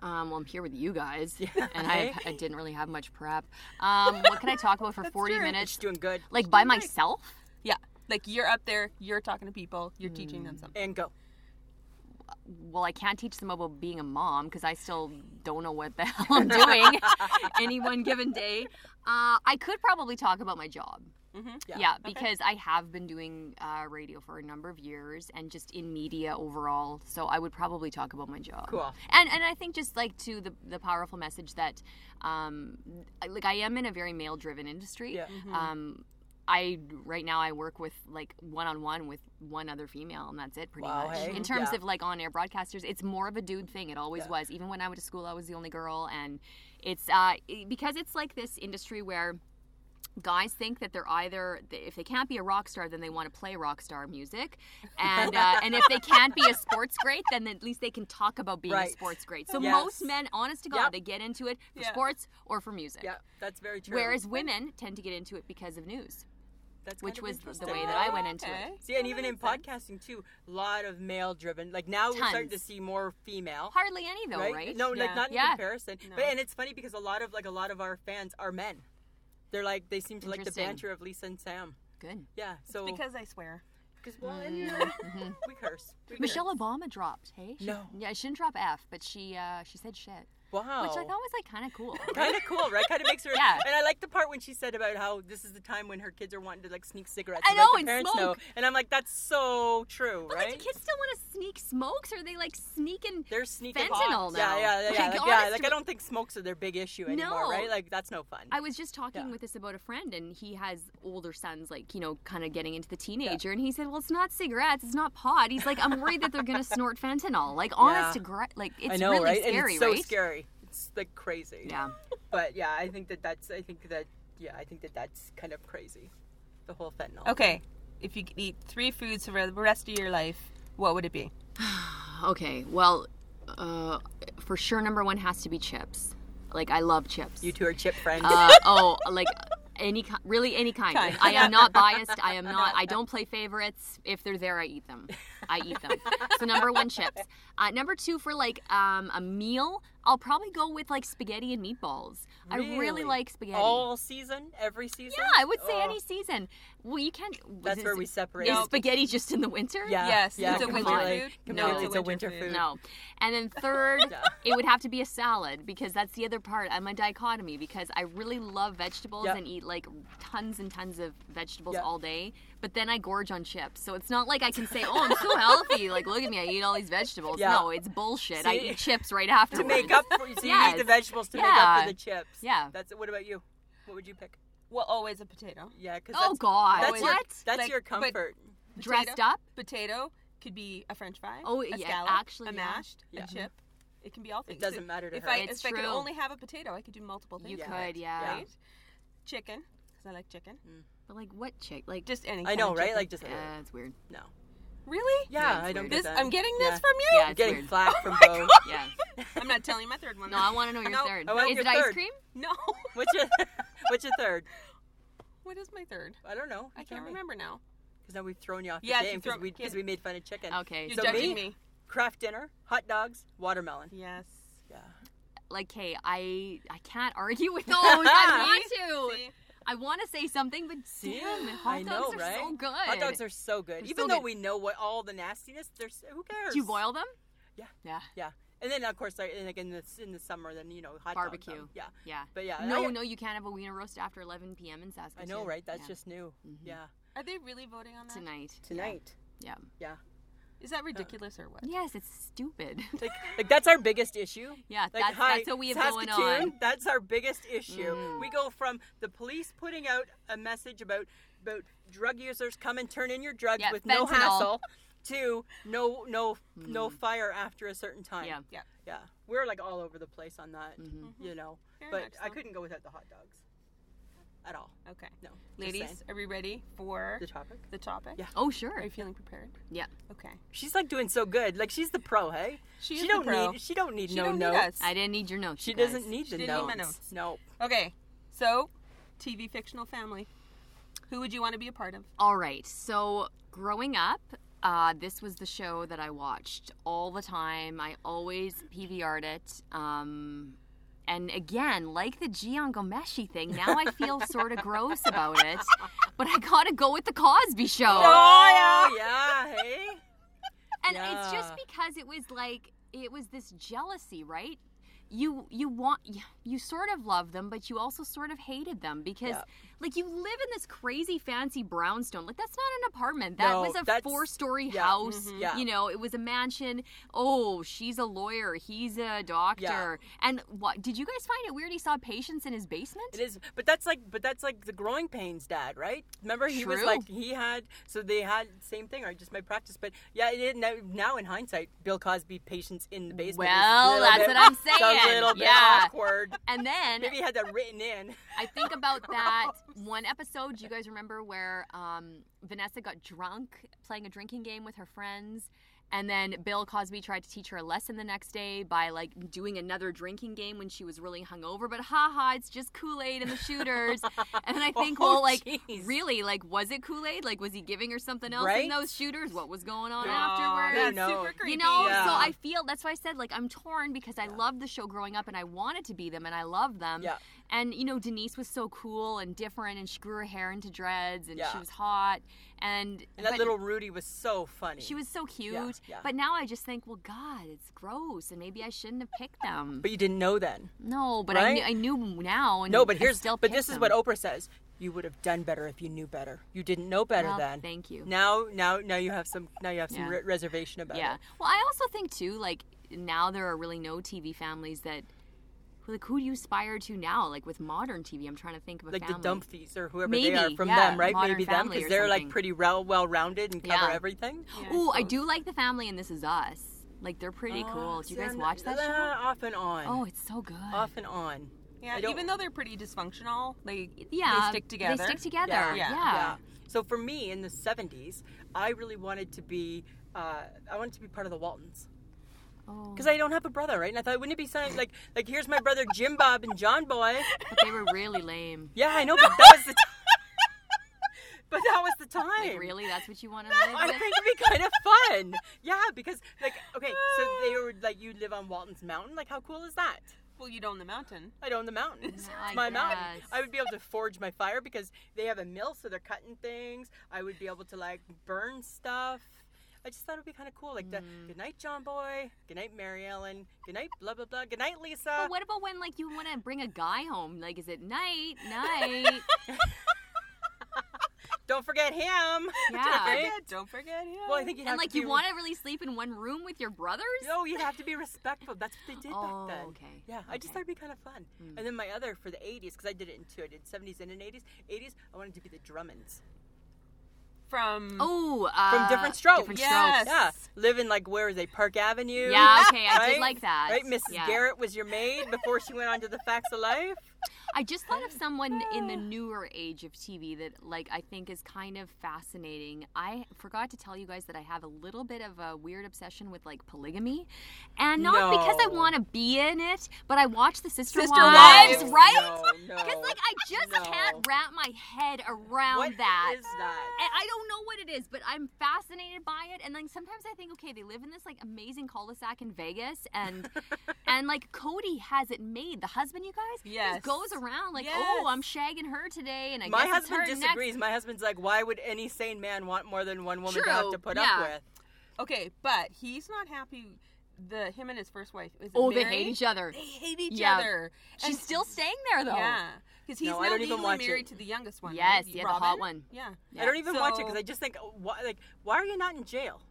Um, well, I'm here with you guys, and I, I didn't really have much prep. Um, what can I [laughs] talk about for 40 minutes? She's doing good. Like by myself? Yeah, like you're up there, you're talking to people, you're teaching them something. And go. Well, I can't teach them about being a mom because I still don't know what the [laughs] hell I'm doing any one given day. Uh, I could probably talk about my job. Mm-hmm. Yeah, because I have been doing uh, radio for a number of years and just in media overall. So I would probably talk about my job. Cool. And and I think just like to the the powerful message that, um, I- like I am in a very male driven industry. Yeah. Um, I right now I work with like one on one with one other female and that's it pretty Wow, much. hey? In terms Yeah. of like on air broadcasters, it's more of a dude thing. It always was. Even when I went to school, I was the only girl, and it's uh, it- because it's like this industry where guys think that they're either if they can't be a rock star then they want to play rock star music and uh, and if they can't be a sports great then at least they can talk about being a Right. sports great so Yes. most men honest to god Yep. they get into it for Yeah. sports or for music Yeah, that's very true. whereas women tend to get into it because of news that's which kind of was the interesting. way that i went into Okay. it See, and even in podcasting too, a lot of male driven. Like now we're starting to Tons. see more female. hardly any though right, No, Yeah. like not in Yeah. comparison. But and it's funny because a lot of like a lot of our fans are men. They're like they seem to like the Interesting. banter of Lisa and Sam. good Yeah. So Because I swear. 'cause, well, and, you know, [laughs] we [laughs] curse. We curse. michelle obama dropped hey She- No. Oh. yeah she didn't drop f but she uh she said shit Wow. which i thought was like kind of [laughs] cool kind of cool, right? Kind of makes her. [laughs] Yeah. And I like the part when she said about how this is the time when her kids are wanting to like sneak cigarettes. I and, like, know, the and parents smoke. know. And I'm like, that's so true, But right? like, do kids still want to sneak smokes? Or are they like sneaking? They're sneaking fentanyl pot. now. Yeah, yeah, yeah. Like, Like, yeah, honest like to- I don't think smokes are their big issue anymore, No. right? Like that's no fun. I was just talking Yeah. with this about a friend, and he has older sons, like you know, kind of getting into the teenager. And he said, "Well, it's not cigarettes, it's not pot." He's like, "I'm worried that they're gonna [laughs] snort fentanyl." Like, honest to gri- like it's I know, really right? and scary, it's so right? scary. It's like crazy. Yeah. But yeah, I think that that's. I think that yeah, I think that that's kind of crazy. The whole fentanyl. Okay, if you could eat three foods for the rest of your life, what would it be? Okay. Well, uh, for sure, number one has to be chips. Like, I love chips. You two are chip friends. [laughs] uh, oh, like any ki- really any kind. Like, I [laughs] am not biased. I am not. I don't play favorites. If they're there, I eat them. I eat them. So number one, chips. Uh, number two, for like um, a meal, I'll probably go with like spaghetti and meatballs. I really Really? like spaghetti. All season, every season. yeah, I would say Oh, any season. Well, you can't. That's is- where we separate. Is spaghetti just in the winter? Yeah. Yes, Yeah. it's a completely. winter food? Completely, No. it's a winter food. No. And then [laughs] third, it would have to be a salad because that's the other part. I'm a dichotomy because I really love vegetables Yep. and eat like tons and tons of vegetables Yep. all day, but then I gorge on chips. So it's not like I can say, "Oh, I'm so [laughs] healthy. Like look at me, I eat all these vegetables." Yeah. No, it's bullshit. I See? eat chips right after. To make up for, so you Yes. need the vegetables to make up Yeah. for the chips. Yeah. That's what about you? What would you pick? Well, always a potato. Yeah, because Oh, God. that's your, What? that's Like, your but- comfort. Dressed Potato- up? Potato could be a French fry. Oh, a yeah, scallop, actually, a yeah. mashed, Yeah. a chip. It can be all things. doesn't matter to if her. I, It's if I could true. only have a potato, I could do multiple things. You with could, it, yeah. Right? Chicken, because I like chicken. But like what chick? Like Just any. Mm. I kind know, of right? chicken. Like just uh, it's weird. no. really? Yeah, I don't This get that. I'm getting this Yeah. from you. Yeah, I'm it's getting weird. flack from Bo. Yeah. I'm not telling you my third one. [laughs] No, I want to [laughs] know your third. I want is your it ice third. cream? No. [laughs] [laughs] What's your What's your third? What is my third? I don't know. I can't remember now. Because now we've thrown you off the Yeah, game she threw- because we, 'cause we made fun of chicken. Okay. You're So judging me? me. Craft dinner, hot dogs, watermelon. Yes. Yeah. [laughs] like, hey, I I can't argue with those. I want to. See? I want to say something, but damn, hot I dogs know, are right? so good. Hot dogs are so good. They're Even so though good. we know what all the nastiness, there's who cares? Do you boil them? Yeah. Yeah. Yeah. And then of course, like, and like in the in the summer, then you know hot dog Barbecue. time. Yeah. Yeah. But yeah, No, I- no, you can't have a wiener roast after 11 p.m. in I Saskatoon. know, right? That's Yeah. Mm-hmm. just new. Yeah. Are they really voting on that? Is tonight. Tonight. Yeah. Yeah. Oh. that ridiculous or what? Yes, it's stupid. [laughs] Like, like that's our biggest issue. Yeah, like, that's- hi, that's what we have going Saskatoon, on. That's our biggest issue. We go from the police putting out a message about about drug users come and turn in your drugs Yeah, with no fentanyl. hassle to no no no fire after a certain time. Yeah. Yeah. Yeah. We're like all over the place on that, you know. Mm-hmm. Fair but enough, I so. couldn't go without the hot dogs at all. Okay. No. just saying. Ladies, are we ready for the topic. the topic? Yeah. Oh, Are sure. you feeling prepared? Yeah. Okay. She's like doing so good. Like she's the pro, hey? She is she the don't pro. need she don't need She no don't need notes. us. I didn't need your notes. She you guys. doesn't need the didn't need my notes. No. Okay. So, TV fictional family. Who would you want to be a part of? All right. So growing up, uh, this was the show that I watched all the time. I always PVR'd it. Um, and again, like the Gian Gomeshi thing, now I feel sort of gross about it. But I gotta go with the Cosby Show. Oh yeah, hey. and it's just Yeah. because it was like it was this jealousy right you you want you sort of love them but you also sort of hated them because like you live in this crazy fancy brownstone like that's not an apartment that No, was a that's- four story yeah, house mhm. yeah. you know it was a mansion oh she's a lawyer he's a doctor and what did you guys find it weird he saw patients in his basement It is, but that's like, but that's like the growing pains dad, right? Remember he was True. like he had, so they had same thing or just my practice, but yeah, it, now, now in hindsight, Bill Cosby patients in the basement. is a Well, little that's bit- what I'm it's [laughs] A saying. little bit Yeah. awkward. [laughs] and then Maybe he had that written in. I think about that one episode. Do you guys remember where um, Vanessa got drunk playing a drinking game with her friends? And then Bill Cosby tried to teach her a lesson the next day by like doing another drinking game when she was really hungover. But haha, it's just Kool Aid and the shooters. [laughs] and then I think, Oh, well, like jeez. really, like was it Kool Aid? Like was he giving her something else in Right? those shooters? What was going on Aw, afterwards? that's No, no. super creepy. You know, so Yeah. I feel that's why I said like I'm torn because I loved the show growing up and I wanted to be them and I loved them. Yeah. And you know, Denise was so cool and different and she grew her hair into dreads and she Yeah. was hot and, And that but little Rudy was so funny. she was so cute. yeah. But now I just think, well, God, it's gross and maybe I shouldn't have picked them. but you didn't know then. no, but Right? I, knew, I knew now. And No, but I here's still but picked this is them. what Oprah says. You would have done better if you knew better. You didn't know better Well, then. thank you. Now, now, now you have some. Now you have some Yeah. re- reservation about Yeah. it. Well, I also think too, like now there are really no TV families that, like, who do you aspire to now? Like with modern TV, I'm trying to think of a Like family. the Dumpfies or whoever they Maybe, are from yeah, them, right? Modern Maybe them Family or because they're something. like pretty well well rounded and cover Yeah. everything. Ooh, I do like the family, and this is us. Like they're pretty Oh, cool. Do you guys Yeah, watch that nah, show? Off and on. Oh, it's so good. off and on. Yeah, I don't- even though they're pretty dysfunctional, they yeah, they stick together. They stick together. Yeah. Yeah. Yeah. Yeah. So for me in the '70s, I really wanted to be. Uh, I wanted to be part of the Waltons. Oh. Because I don't have a brother, right? And I thought, wouldn't it be something like, like here's my brother Jim Bob and John Boy, But they were really lame. Yeah, I know, but that [laughs] was the. T- but that was the time. Like really, that's what you want to live [laughs] I with? think it'd be kind of fun. Yeah, because like okay, so [sighs] they were like you live on Walton's Mountain. Like how cool is that? well, you'd own the mountain. I'd own the mountain. It's Mm, I my mountain. guess. I would be able to forge my fire because they have a mill, so they're cutting things. I would be able to like burn stuff. I just thought it would be kind of cool. Like the Mm. good night, John Boy. Good night, Mary Ellen. Good night, blah blah blah. Good night, Lisa. But what about when like you want to bring a guy home? Like, is it night, [laughs] night? Don't forget him. [laughs] Yeah. Right? Don't forget him. Well, I think you'd and have like to you be- want to really sleep in one room with your brothers? [laughs] No, you have to be respectful. That's what they did Oh, back then. okay, Yeah, I just okay. Hmm. thought it'd be kind of fun. And then my other for the 80s, because I did it in two. I did 70s and an 80s. 80s, I wanted to be the Drummonds From Oh, uh, from Different Strokes. Different Yes. strokes. Yeah, living like where is they Park Avenue? Yeah, okay, I did right? like that. Right, Mrs. Yeah. Garrett was your maid before she went on to the Facts of Life. [laughs] I just thought of someone in the Ah. newer age of TV that like I think is kind of fascinating. I forgot to tell you guys that I have a little bit of a weird obsession with like polygamy. And not because I No. want to be in it, but I watch the Sister, Sister Wives, Wives. right? [laughs] No, no. Cuz like I just No. can't wrap my head around What that. is that? And I don't know what it is, but I'm fascinated by it. And like sometimes I think, okay, they live in this like amazing cul-de-sac in Vegas, [laughs] and and like Cody has it made. The husband, you guys, just Yes. goes around like, Yes. oh, I'm shagging her today, and I My guess husband it's her disagrees. Next. My husband's like, why would any sane man want more than one woman to have True, to put yeah. up with? Okay, but he's not happy. The him and his first wife. Is it Oh, they Mary? hate each other. They hate each Yeah. other. She's And- still staying there though. Yeah, because he's No, I now don't even legally watch married it. to the youngest one. Yes, right? yeah, the hot Robin? one. Yeah, Yeah. I don't even watch it because So- I just think, why, like, why are you not in jail?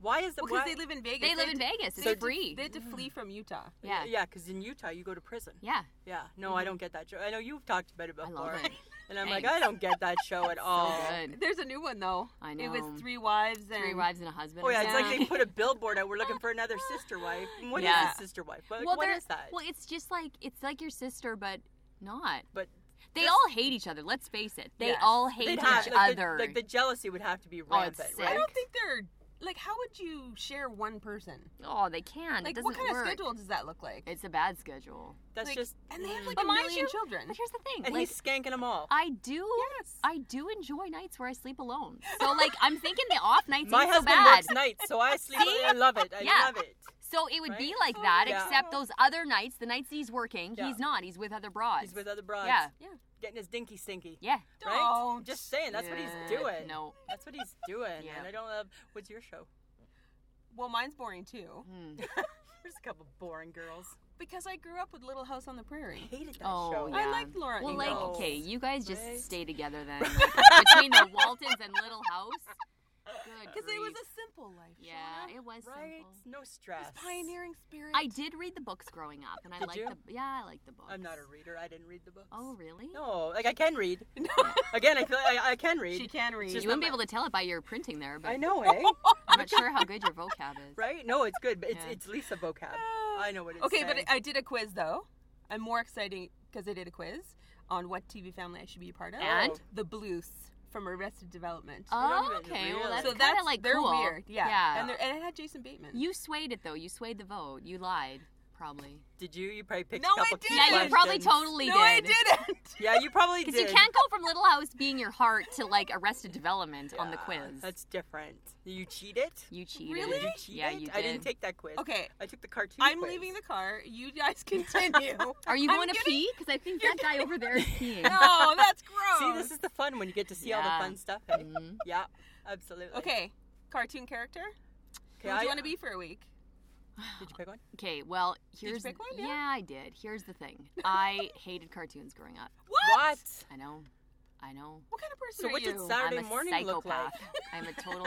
Why is the because why- they live in Vegas. They live had in to- Vegas. they It's had to- free. They had to flee from Utah. Yeah. Yeah, because in Utah you go to prison. Yeah. Mm-hmm. Yeah, no, I don't get that show. I know you've talked about it I before, love it. [laughs] and I'm like, Thanks. I don't get that show [laughs] at all. Good. There's a new one though. I It was know. three wives and Three wives and a husband. Oh or yeah, it's like something. they put a billboard out. We're looking for another sister [laughs] wife. And What is Yeah. a sister wife? But like, well, what they're- is that? Well, it's just like it's like your sister, but not. but They all hate each other. Let's face it. They Yes. all hate they'd each have- like, the- other. like the jealousy would have to be Oh, it's rampant, sick. I right? don't think they're like. How would you share one person? oh, they can. Like, it what doesn't kind work. of schedule does that look like? It's a bad schedule. That's Like, just. and they have like But a mind million you- children. But here's the [laughs] thing. And like, he's skanking them all. I do. Yes. I do enjoy nights where I sleep alone. So like I'm thinking the off nights My ain't so husband bad. works nights, so [laughs] I sleep. I love it. I Yeah. love it. So it would be Right? like that, Oh, Yeah. except those other nights, the nights he's working, Yeah. he's not. He's with other broads. He's with other broads. Yeah. Yeah. Getting his dinky stinky. Yeah. Right? Don't. Just saying. That's what Yeah, he's doing. no. That's what he's doing. Yeah. And I don't love. What's your show? well, mine's boring too Mm. There's a couple boring girls. because I grew up with Little House on the [laughs] Prairie. Hated that Oh, show. yeah. I liked Laura Well, like, Ingalls. okay, you guys just Right? stay together then. Like, between the Waltons and Little House. Good. Because it was grief. a simple life. Yeah, it was Right? simple. No stress. Shauna. pioneering spirit. I did read the books growing up, and I Did like you? the yeah, I like the books. I'm not a reader. I didn't read the books. Oh really? No, like I can [laughs] read. Again, I feel I, I can read. She can read. You wouldn't be able to tell it by your printing there, but I [laughs] know, eh? I'm not sure how good your vocab [laughs] is. right? No, it's good, but it's Yeah. it's Lisa vocab. I know what it's. Okay, but saying. I I did a quiz though. I'm more exciting because I did a quiz on what TV family I should be a part of. And? Oh. the Blues from Arrested Development. Oh, even okay. Well, realize. that's so kind that's of like they're cool. weird. Yeah. yeah. And, they're, and it had Jason Bateman. you swayed it though. You swayed the vote. You lied, probably. did you? You probably picked. No, a couple I key didn't. Yeah, you probably questions. totally no, did. I didn't. Yeah, you [laughs] probably did. Because you can't go from Little House being your heart to like Arrested Development on the quiz. That's different. You cheated. you cheated. Really? You cheated? Yeah, you did. I didn't take that quiz. Okay. I took the cartoon. I'm quiz. leaving the car. You guys continue. Are you I'm going to getting- pee? Because I think that guy over there is peeing. No, that's gross. See, this is the fun when you get to see all Yeah. Mm-hmm. the fun stuff. eh? Yeah, absolutely. okay. Cartoon character. Who Okay, do I- you want to be for a week? Did you pick one? Okay, well, here's pick one? Yeah. yeah. I did. Here's the thing. I hated cartoons growing up. What? I know. I know. What kind of person So are what you? did Saturday I'm a morning look like? psychopath. I'm a total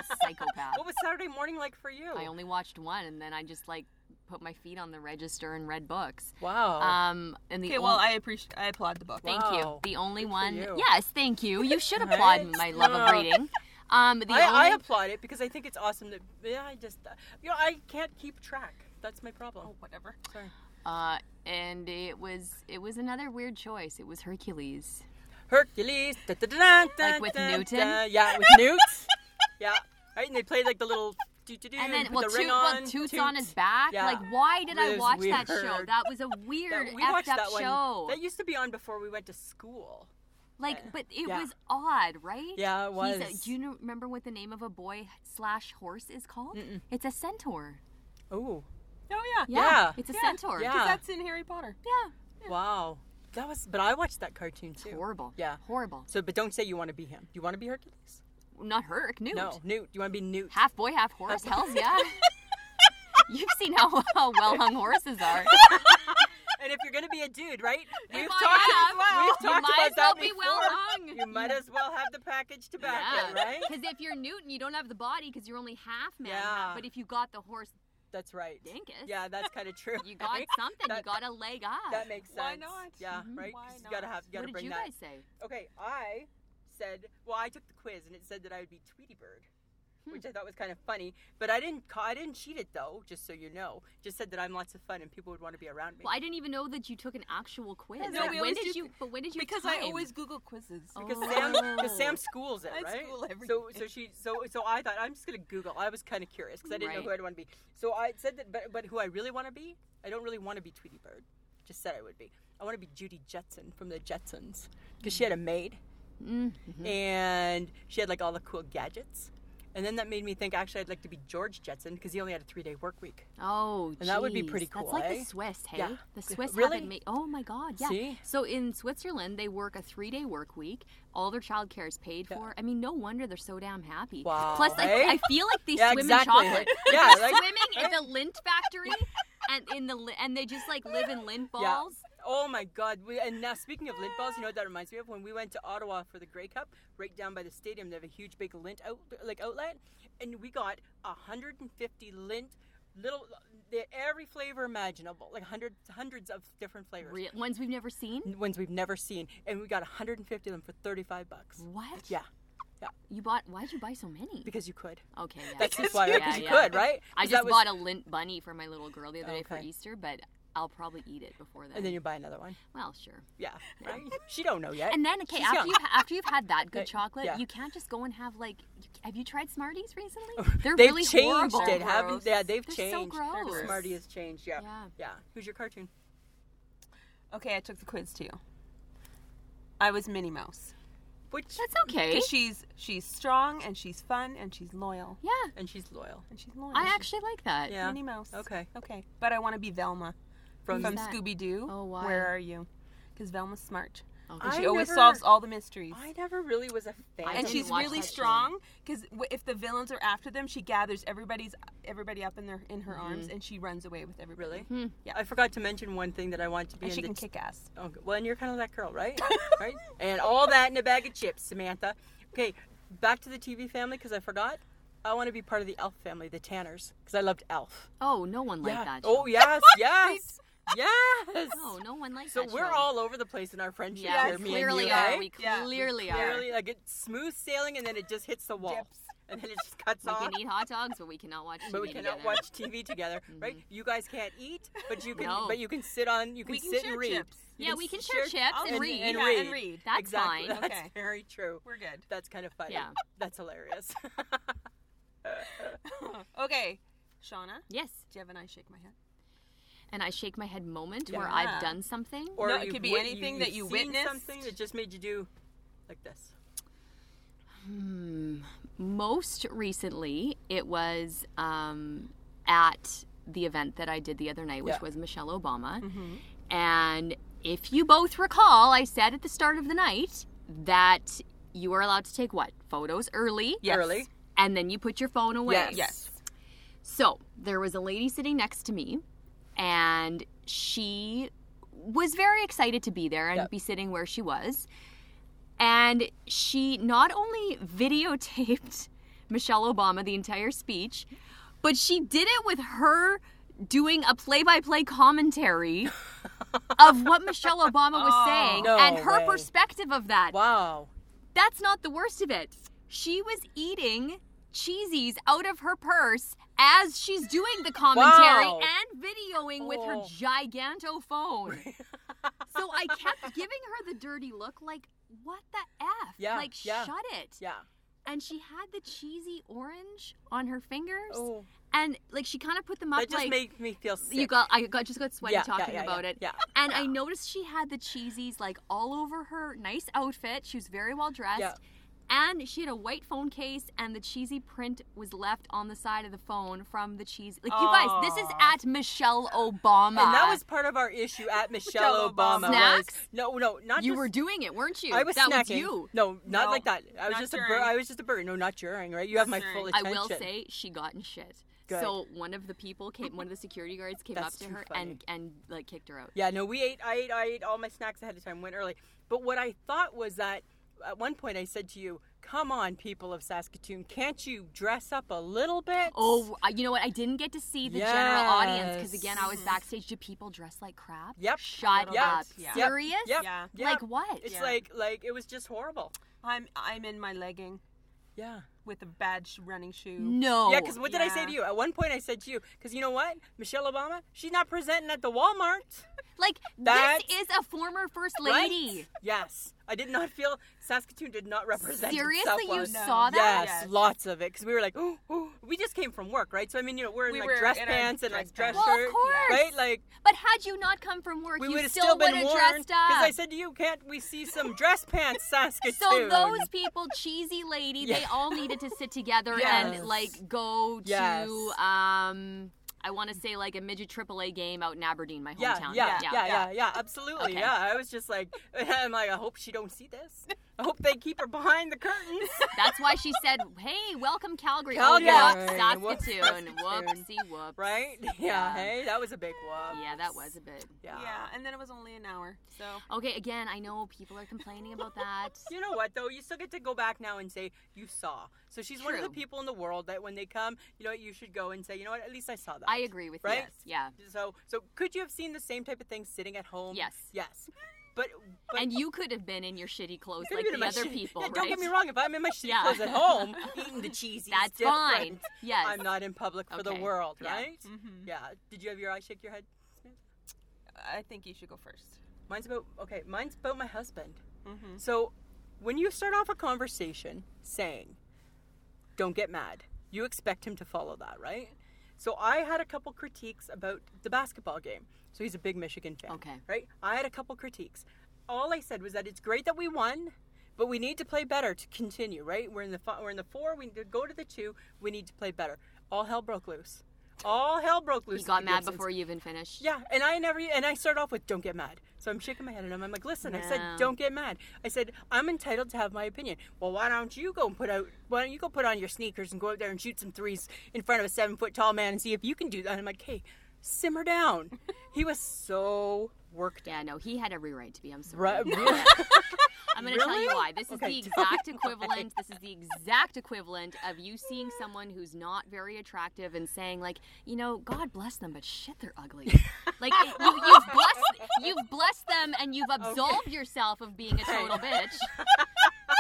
[laughs] psychopath. What was Saturday morning like for you? I only watched one and then I just like put my feet on the register and read books. wow. Um and the okay, well, on- I appreciate. I applaud the book. Thank Wow. you. The only one you. Yes, thank you. You [laughs] should applaud my love of No. reading. Um the I, I only applaud it because I think it's awesome that yeah, I just you know I can't keep track. That's my problem. Oh. Whatever. Sorry. uh and it was it was another weird choice. It was Hercules. Hercules, da, da, da, da, da, Like with da, Newton? da. yeah, with [laughs] Newt, yeah, right. And they played like the little do do do, And then, put well, the Toot, ring well, on, Toot's Toot. on his back. Yeah. Like, why did It I was watch that show? weird. That [laughs] was a That- weird, we effed watched up that one. show. That used to be on before we went to school. Like, [laughs] but it Yeah. was odd, right? Yeah, it He's a- was. do you kn- remember what the name of a boy slash horse is called? It's a centaur. Oh, Oh yeah. Yeah, Yeah. it's a Yeah. centaur. Yeah. Because that's in Harry Potter. Yeah. wow, that was. But I watched that cartoon too. horrible. Yeah. horrible. So, but don't say you want to be him. You want to be Hercules? Not Herc, Newt. No, Newt. You want to be Newt? Half boy, half horse. Hell's [laughs] yeah. You've seen how, how well hung horses [laughs] are. And if you're gonna be a dude, [laughs] right? We've I talked, have, we've you talked might about as well that be before. well hung. You might as well have the package to back it, right? [laughs] Because if you're Newton, you don't have the body because you're only half man. Yeah. But if you got the horse, That's right. Dinkus. Yeah, that's kind of true. you got right? something. you That- got a leg up. That makes sense. Why not? Yeah, Mhm. right. Why 'Cause You gotta not? have. You gotta what did bring you that. guys say? Okay, I said. Well, I took the quiz and it said that I would be Tweety Bird, Hmm. which I thought was kind of funny. But I didn't. ca- I didn't cheat it though. Just so you know, just said that I'm lots of fun and people would want to be around me. Well, I didn't even know that you took an actual quiz. No, Like, we when always did do- you? But when did you? Because I time? always Google quizzes. because Sam, because Sam Oh. schools it, I right? school everything. So, so she, so, so I thought I'm just gonna Google. I was kind of curious because I didn't know who Right. I'd want to be. So I said that, but, but who I really want to be, I don't really want to be Tweety Bird. Just said I would be. I want to be Judy Jetson from the Jetsons because she had a maid, and she had like all the cool gadgets. And then that made me think actually I'd like to be George Jetson because he only had a three day work week. Oh, And that would be jeez. pretty That's cool, like eh? the Swiss, hey? Yeah. The Swiss Really? haven't made. Oh my God, yeah. See? So in Switzerland, they work a three-day work week. All their childcare is paid for. I mean, no wonder they're so damn happy. Wow, Plus, I, eh? I feel like they Yeah, swim exactly. in chocolate. [laughs] Yeah, They're like- eh? swimming in the lint factory, [laughs] and in the li- and they just like live in lint balls. Oh my God! We- And now speaking of lint balls, you know what that reminds me of? When we went to Ottawa for the Grey Cup, right down by the stadium, they have a huge big lint out like outlet, and we got 150 lint little they- every flavor imaginable, like hundreds hundreds of different flavors, Re- ones we've never seen. ones we've never seen, and we got 150 of them for 35 bucks. What? Yeah, You bought? Why'd you buy so many? because you could. Okay, yeah. [laughs] That's just why because you could, right? I 'Cause just that was- bought a lint bunny for my little girl the other day for Okay. Easter, but I'll probably eat it before then. and then you buy another one. well, sure. Yeah, right? she don't know yet. And then, okay, Eh, She's after young. you've, after you've [laughs] had that good Right, chocolate, yeah. you can't just go and have like. You, have you tried [laughs] Smarties recently? They're they've really changed horrible. it, haven't they? Yeah, they've They're so changed. gross. The Smartie has changed. Yeah. Yeah. Who's your cartoon? Oh. Okay, I took the quiz too. I was Minnie Mouse. Which That's okay. 'Cause She's she's strong and she's fun and she's loyal. yeah, and she's loyal. And she's loyal. I actually like that. Yeah. Minnie Mouse. Okay. Okay. But I want to be Velma from, that? Scooby Doo. Oh, why? Oh. Where are you? Because Velma's smart. And she I always never- solves all the mysteries. I never really was a fan. I and didn't she's watch really that show. strong because w- if the villains are after them, she gathers everybody's everybody up in their in Mm-hmm. her arms and she runs away with everybody. really. Hmm. Yeah. I forgot to mention one thing that I want to be And in she the can t- kick ass. Oh, g- well, and you're kind of that girl, right? right? And all that in a bag of chips, Samantha. Okay, back to the TV family because I forgot. I want to be part of the Elf family, the Tanners, because I loved Elf. Oh, no one liked yeah. that. oh [laughs] show. yes, yes, yes. Oh, No, no one liked So that. we're show. all over the place in our friendship Yeah, here, we me clearly and you, are. right? We Yeah, we clearly are. Clearly, like it's smooth sailing, and then it just hits the wall, and then it just cuts We off. can eat hot dogs, but we cannot watch. But we TV cannot together. watch TV together, right? You guys can't eat, but you can. No. But you can sit on. You can, We can sit share and read. chips. You Yeah, we can share chips [laughs] and read. And Yeah, read. and read. [laughs] That's exactly. [laughs] fine. That's Okay. very true. We're good. That's kind of funny. Yeah. [laughs] That's hilarious. Okay, Shauna, Yes, do you have an I shake my head? and I shake my head moment where Yeah. I've done something. or No, it you've could be wit- anything you, that you've you seen witnessed. Something that just made you do like this. most recently it was um, at the event that i did the other night which Yeah. Mm-hmm. was michelle obama and if you both recall i said at the start of the night that you are allowed to take what photos early Yes. Early. and then you put your phone away Yes. Yes. so there was a lady sitting next to me, and she was very excited to be there and be sitting where she was. And she not only videotaped [laughs] Michelle Obama the entire speech, but she did it with her doing a play by [laughs] play commentary of what Michelle Obama was saying Oh, no and her way. perspective of that. Wow. That's not the worst of it. She was eating cheesies out of her purse as she's doing the commentary Wow. and videoing with her Oh. giganto phone. [laughs] so I kept giving her the dirty look like what the f? Yeah, like yeah. shut it. Yeah. And she had the cheesy orange on her fingers Oh. and like she kind of put them up That just like made me feel sick. you got I got just got sweaty Yeah, yeah, talking yeah, about yeah, it. yeah. And I noticed she had the cheesies like all over her nice outfit. She was very well dressed. Yeah. And she had a white phone case and the cheesy print was left on the side of the phone from the cheese. Like you guys, this is at Michelle Obama. And that was part of our issue at Michelle Michelle Obama. Obama. was- Snacks? no, no, not you just- were doing it, weren't you? I was that snacking. was you. No, not No, like that. I was not just a bird. during. I was just a bird. No, not during. Right? You have my during. full I attention. will say she got in shit. Good. So one of the people came one of the security guards came That's up to too her funny. and and like kicked her out. Yeah. No, we ate. I ate. I ate all my snacks ahead of time. Went early. But what I thought was that at one point I said to you, "Come on, people of Saskatoon, can't you dress up a little bit?" Oh, I- you know what? I didn't get to see the general audience because again, I was Yes. backstage. Do people dress like crap? Yep. Shut Yep. up. Yep. Serious? Yep. Yeah. Yep. Like what? It's Yeah. like like it was just horrible. I'm I'm in my legging Yeah. with a bad sh- running shoe. No. Yeah, because what did I say yeah. to you? At one point, I said to you, because you know what? Michelle Obama, she's not presenting at the Walmart. like That's- this is a former first lady. Right? Yes. I did not feel Saskatoon did not represent Seriously, you Southwest. saw that? Yes, lots of it because we were like, [gasps] oh, we just came from work, right? So I mean, you know, we're in We like were dress in our pants and dress like dress pants. Well, of shirt, course. right? Like But had you not come from work, we you would have still, still would been have warned dressed up. because I said to you, can't we see some dress [laughs] pants, Saskatoon? so those people, cheesy lady, they Yeah. all needed to [laughs] sit together Yes. and like go to Yes. um I want to say like a midget AAA game out in Aberdeen, my Yeah, hometown. yeah, yeah, yeah, yeah, absolutely. Okay. Yeah, I was just like, [laughs] I'm like, I hope she don't see this. I hope they keep her behind the [laughs] curtains. That's why she said, "Hey, welcome Calgary." Calgary. Oh, whoops, Whoops, Saskatoon. Saskatoon. Whoopsie whoops. right? [laughs] Yeah, hey, that was a big one. Yeah, that was a bit. Yeah. Yeah, and then it was only an hour. So Okay, again, I know people are complaining about that. You know what though? You still get to go back now and say you saw. So she's one of the True. people in the world that when they come, you know, what, you should go and say, you know what? At least I saw that. I agree with Right? you. Yes. Yeah. So, so could you have seen the same type of thing sitting at home? Yes. Yes. But, but and you could have been in your shitty clothes Could've like been in the my other shitty- people, Yeah, right? Don't get me wrong. If I'm in my shitty [laughs] Yeah. clothes at [laughs] home, eating the cheesy, That's different. fine. Yes. I'm not in public for the Okay. world, Yeah. Mm-hmm. right? Yeah. Did you have your eye shake your head? Smith? I think you should go first. Mine's about okay. Mine's about my husband. Mm-hmm. So, when you start off a conversation saying, "Don't get mad," you expect him to follow that, right? So I had a couple critiques about the basketball game. So he's a big Michigan fan. Okay. Right? I had a couple critiques. All I said was that it's great that we won, but we need to play better to continue. Right? We're in the fi- we're in the four. We need to go to the two. We need to play better. All hell broke loose. All hell broke loose. You at got the mad Gibsons. before you even finished. Yeah, and I never and I start off with don't get mad. So I'm shaking my head and I'm, I'm like, listen, I said No. don't get mad. I said I'm entitled to have my opinion. Well, why don't you go and put out? Why don't you go put on your sneakers and go out there and shoot some threes in front of a seven foot tall man and see if you can do that? I'm like, hey, simmer down. he was so [laughs] worked up. Yeah, no, he had every right to be. I'm sorry. Right, I'm going to tell you Really? why. This is Okay, the tell me exact equivalent. This is the exact equivalent of you seeing someone who's not very attractive and saying like, you know, God bless them, but shit, they're ugly. [laughs] like it- you, you've blessed, you've blessed them, and you've absolved yourself of being a total [laughs] bitch.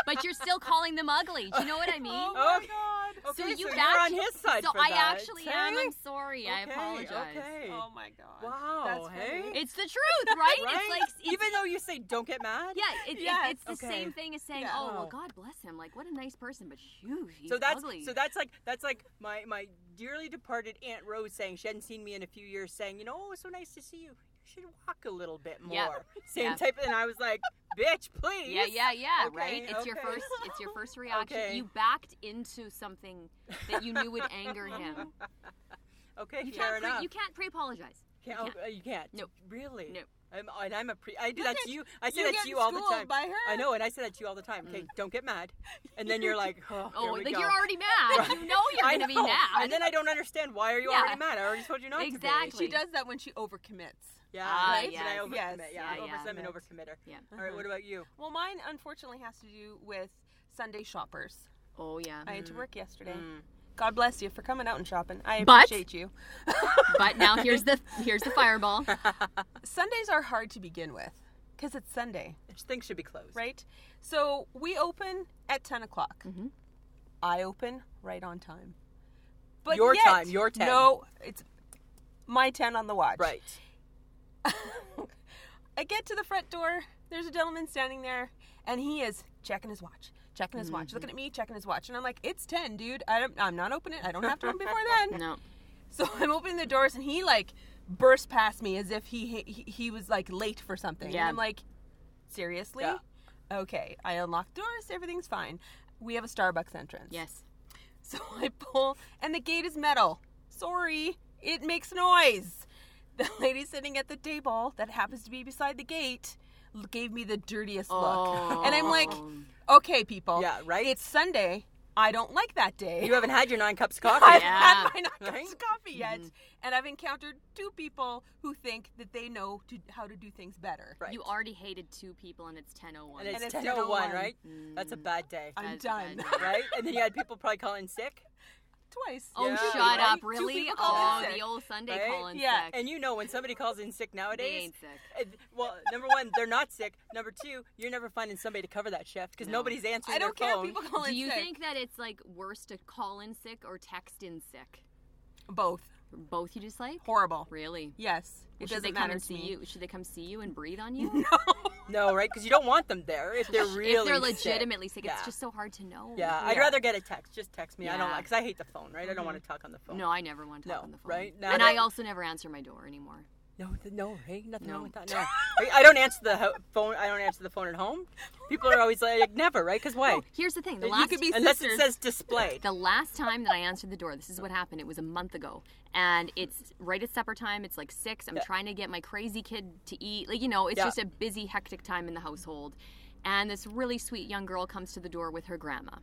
But you're still calling them ugly. Do you know what I mean? [laughs] oh God. Okay, so, you are on actu- his side. So for I that, actually am. hey? I'm sorry. I Okay, apologize. Okay. Oh my god. Wow, That's funny. hey? It's the truth, right? Right? It's like it's even though you say don't get mad. [laughs] Yeah, it, it- Yes. it's the Okay. same thing as saying, Yeah. "Oh, well, Oh. God bless him. Like, what a nice person, but shoo, he's so that's ugly." so that's like that's like my my dearly departed aunt Rose saying she hadn't seen me in a few years saying you know oh it's so nice to see you you should walk a little bit more Yeah. [laughs] same Yeah. type and I was like bitch please yeah, yeah, yeah, Okay, right? It's your okay. first, it's your [laughs] first reaction. Okay. You backed into something that you knew would [laughs] anger him. okay You fair can't, pre- enough you can't pre-apologize. Can't- you can't. oh, you can't Nope. really Nope. I'm, and I'm a pre I do Look that at to you I say you that to getting you all the schooled time by her. I know and I say that to you all the time okay don't get [laughs] mad and then you're like oh, Mm. Oh, here we like go. you're [laughs] already mad. You know you're I gonna be know. mad. and then I don't understand why are you Yeah. already mad I already told you not to be exactly. She does that when she overcommits. yeah Ah, right? yes, Did I overcommit yes, yeah, yeah, I'm an yeah. overcommitter Yeah. all right what about you Well, mine unfortunately has to do with Sunday shoppers. oh yeah. I had Mm. to work yesterday. God bless you for coming out and shopping. I But- appreciate you. [laughs] [laughs] But now here's the here's the fireball. Sundays are hard to begin with because it's Sunday, things should be closed. right? So we open at 10 o'clock. Mm-hmm. I open right on time. But Your yet- time, your 10. No, it's my 10 on the watch. Right. I get to the front door. There's a gentleman standing there, and he is checking his watch, checking his watch, looking at me, checking his watch, and I'm like, "It's ten, dude. I don't, I'm not opening. it. I don't have to open before then." [laughs] No. So I'm opening the doors, and he like burst past me as if he he, he was like late for something. Yeah. And I'm like, seriously? Yeah. Okay. I unlock doors. Everything's fine. We have a Starbucks entrance. Yes. [laughs] So I pull, and the gate is metal. Sorry, it makes noise. The [laughs] lady sitting at the table that happens to be beside the gate l- gave me the dirtiest look. [laughs] And I'm like, okay, people. Yeah, right? It's Sunday. I don't like that day. [laughs] You haven't had your nine cups of coffee. I've Yeah. had my not cups Right? Mm-hmm. of coffee yet, and I've encountered two people who think that they know to, how to do things better. Right. You already hated two people, and it's ten oh one. Mm. And it's, it's 10.01, 10:01. right? That's a bad day. I'm That's bad. done right? And then you [laughs] had people probably calling sick. [laughs] twice. Oh, Yeah, shut right? up! Two Really? people called in Oh, sick, the old Sunday right? calling Yeah, sick. And you know when somebody calls in sick nowadays. ain't sick. and- well, number one, they're not sick. Number two, you're never finding somebody to cover that shift because nobody's answering I don't their care phone. if people call in Do you sick. think that it's like worse to call in sick or text in sick? both Both you just like? horrible? Really? Yes, it should doesn't they come matter and to see me. [laughs] you? Should they come see you and breathe on you? No, right? Because you don't want them there if they're really. if they're sick. legitimately sick, Yeah. it's just so hard to know. Yeah, I'd rather get a text. Just text me. I don't Yeah. Mm-hmm. like because I hate the phone, right? I don't want to talk on the phone. No, I never want to talk No, on the phone. right? Now and that- I also never answer my door anymore. No, th- no, hey, nothing wrong No. with that. [laughs] No, Right? I don't answer the ho- phone. I don't answer the phone at home. People are always like, never, right? Because why? Here's the thing. The last could be Unless it sisters. says display. The last time that I answered the door, this is what happened. It was a month ago, and it's right at supper time. It's like six. I'm trying to get my crazy kid to eat. Like you know, it's Yeah. just a busy, hectic time in the household. And this really sweet young girl comes to the door with her grandma,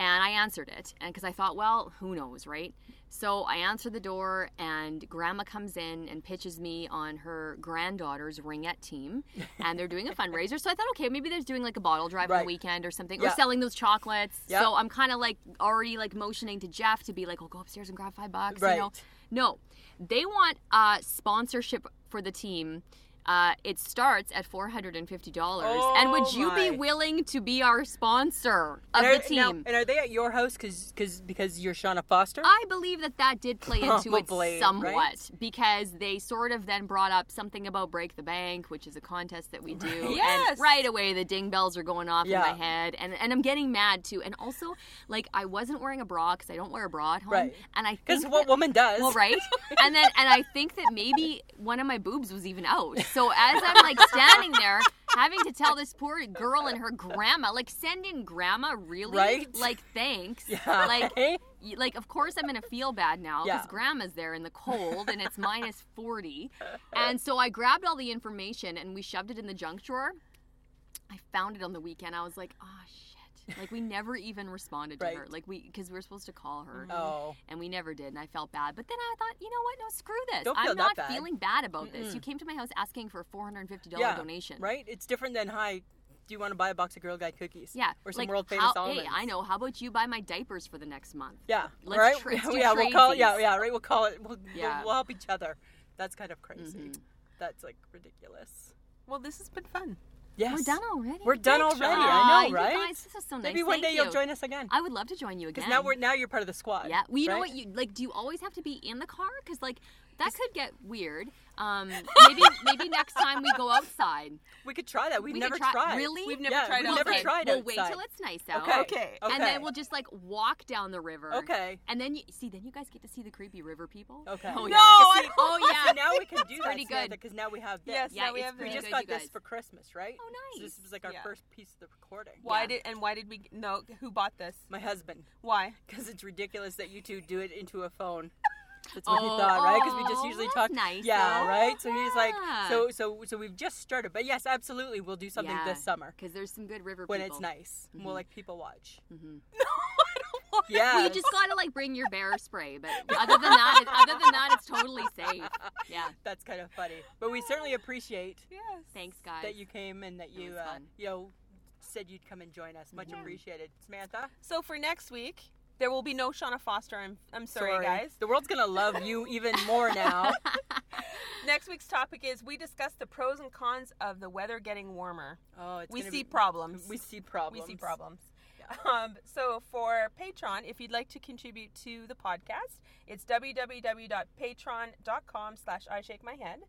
and I answered it, and because I thought, well, who knows, right? So I answer the door, and Grandma comes in and pitches me on her granddaughter's [laughs] ringette team, and they're doing a fundraiser. So I thought, okay, maybe they're doing like a bottle drive on Right. the weekend or something, Yeah. or selling those chocolates. Yeah. So I'm kind of like already like motioning to Jeff to be like, "Oh, go upstairs and grab five bucks." You know, Right. no, they want uh, sponsorship for the team. Uh, it starts at four hundred and fifty dollars. and would Oh, you my. be willing to be our sponsor of and are, the team? now- and are they at your house because because you're Shauna Foster? I believe that that [laughs] did play into it Probably, somewhat right? because they sort of then brought up something about break the bank, which is a [laughs] contest that we do. Yes. And right away, the ding bells are going off Yeah. in my head, and and I'm getting mad too. And also, like I wasn't wearing a bra because I don't wear a bra at home, Right. and I Because think what that- woman does? well, right? And then, and I think that maybe one of my boobs was even out. So as I'm like standing there, having to tell this poor girl and her grandma, like, send in grandma, really? Right? Like, thanks. Yeah. Like, y- like of course I'm gonna feel bad now because Yeah. grandma's there in the cold and it's minus 40. And so I grabbed all the information and we shoved it in the junk drawer. I found it on the weekend. I was like, oh shit. Like we never even responded to Right. her. Like we because we were supposed to call her. Oh. And we never did and I felt bad. But then I thought, you know what? No, screw this. Don't feel I'm that not bad. feeling bad about this. You came to my house asking for a $450 donation. Right? It's different than hi. Do you want to buy a box of Girl Guide cookies? Yeah. Or some like, world famous how, almonds. Hey, I know. How about you buy my diapers for the next month? Yeah. Let's right. [laughs] tra- let's do yeah. We'll call. Yeah. tradesies. Yeah. Right. We'll call it. We'll, Yeah. Mm-hmm. we'll, we'll help each other. That's kind of crazy. That's like ridiculous. Well, this has been fun. Yes. We're done already. We're done Great already. job. I know, You right? guys, this is so nice. Maybe one Thank day you'll you. join us again. I would love to join you again. Because now we're now you're part of the squad. yeah. Well, you know right? what? You like? Do you always have to be in the car? Because like that could get weird. [laughs] Um, maybe maybe next time we go outside. we could try that. We've we never could try. tried. Really? We've never yeah, tried We've never okay. outside. tried We'll outside. wait till it's nice out. Okay. Okay. And okay. then we'll just like walk down the river. Okay. And then you see, then you guys get to see the creepy river people. Okay. Oh No, [laughs] yeah. I See- oh yeah. So now we can do that. pretty good. Because now we have this. Yes, Yeah, now we it's have We pretty just good, got you this guys. for Christmas, right? Oh, So this nice. was like our Yeah. first piece of the recording. Why Yeah. did and why did we no? Who bought this? My husband. Why? Because it's ridiculous that you two do it into a phone. That's what Oh, he thought, right? Because we just oh, usually that's talk. nice, yeah, though. right. So he's like, Yeah. so so so we've just started, but yes, absolutely, we'll do something this summer Because there's some good river when people. Mm-hmm. it's nice. We'll like people watch. [laughs] Well, Yeah. you just gotta like bring your bear [laughs] spray, but other than that, it, other than that, it's totally safe. Yeah. That's kind of funny, but we certainly appreciate Yes. Thanks, guys. that you came and that you was uh, fun. you know said you'd come and join us. Much appreciated, Samantha. So for next week, there will be no Shauna Foster. I'm I'm sorry, guys. The world's gonna love [laughs] you even more now. Next week's topic is we discuss the pros and cons of the weather getting warmer. oh, it's we gonna see be- problems. We see problems. We see problems. [laughs] Um, so for Patreon, if you'd like to contribute to the podcast, it's www.patreon.com slash I shake my head.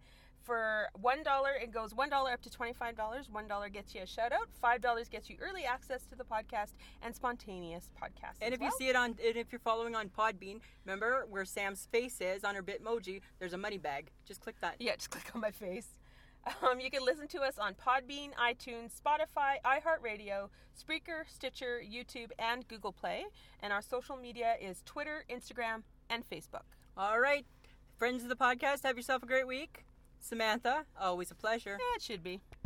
For $1, it goes $1 up to $25. $1 gets you a shout out. $5 gets you early access to the podcast and spontaneous podcast. And as if you well. see it on, and if you're following on Podbean, remember where Sam's face is on her Bitmoji. There's a money bag. Just click that. Yeah, just click on my face. Um, you can listen to us on Podbean, iTunes, Spotify, iHeartRadio, Spreaker, Stitcher, YouTube, and Google Play. And our social media is Twitter, Instagram, and Facebook. All right, friends of the podcast, have yourself a great week. Samantha, always a pleasure. Yeah, it should be.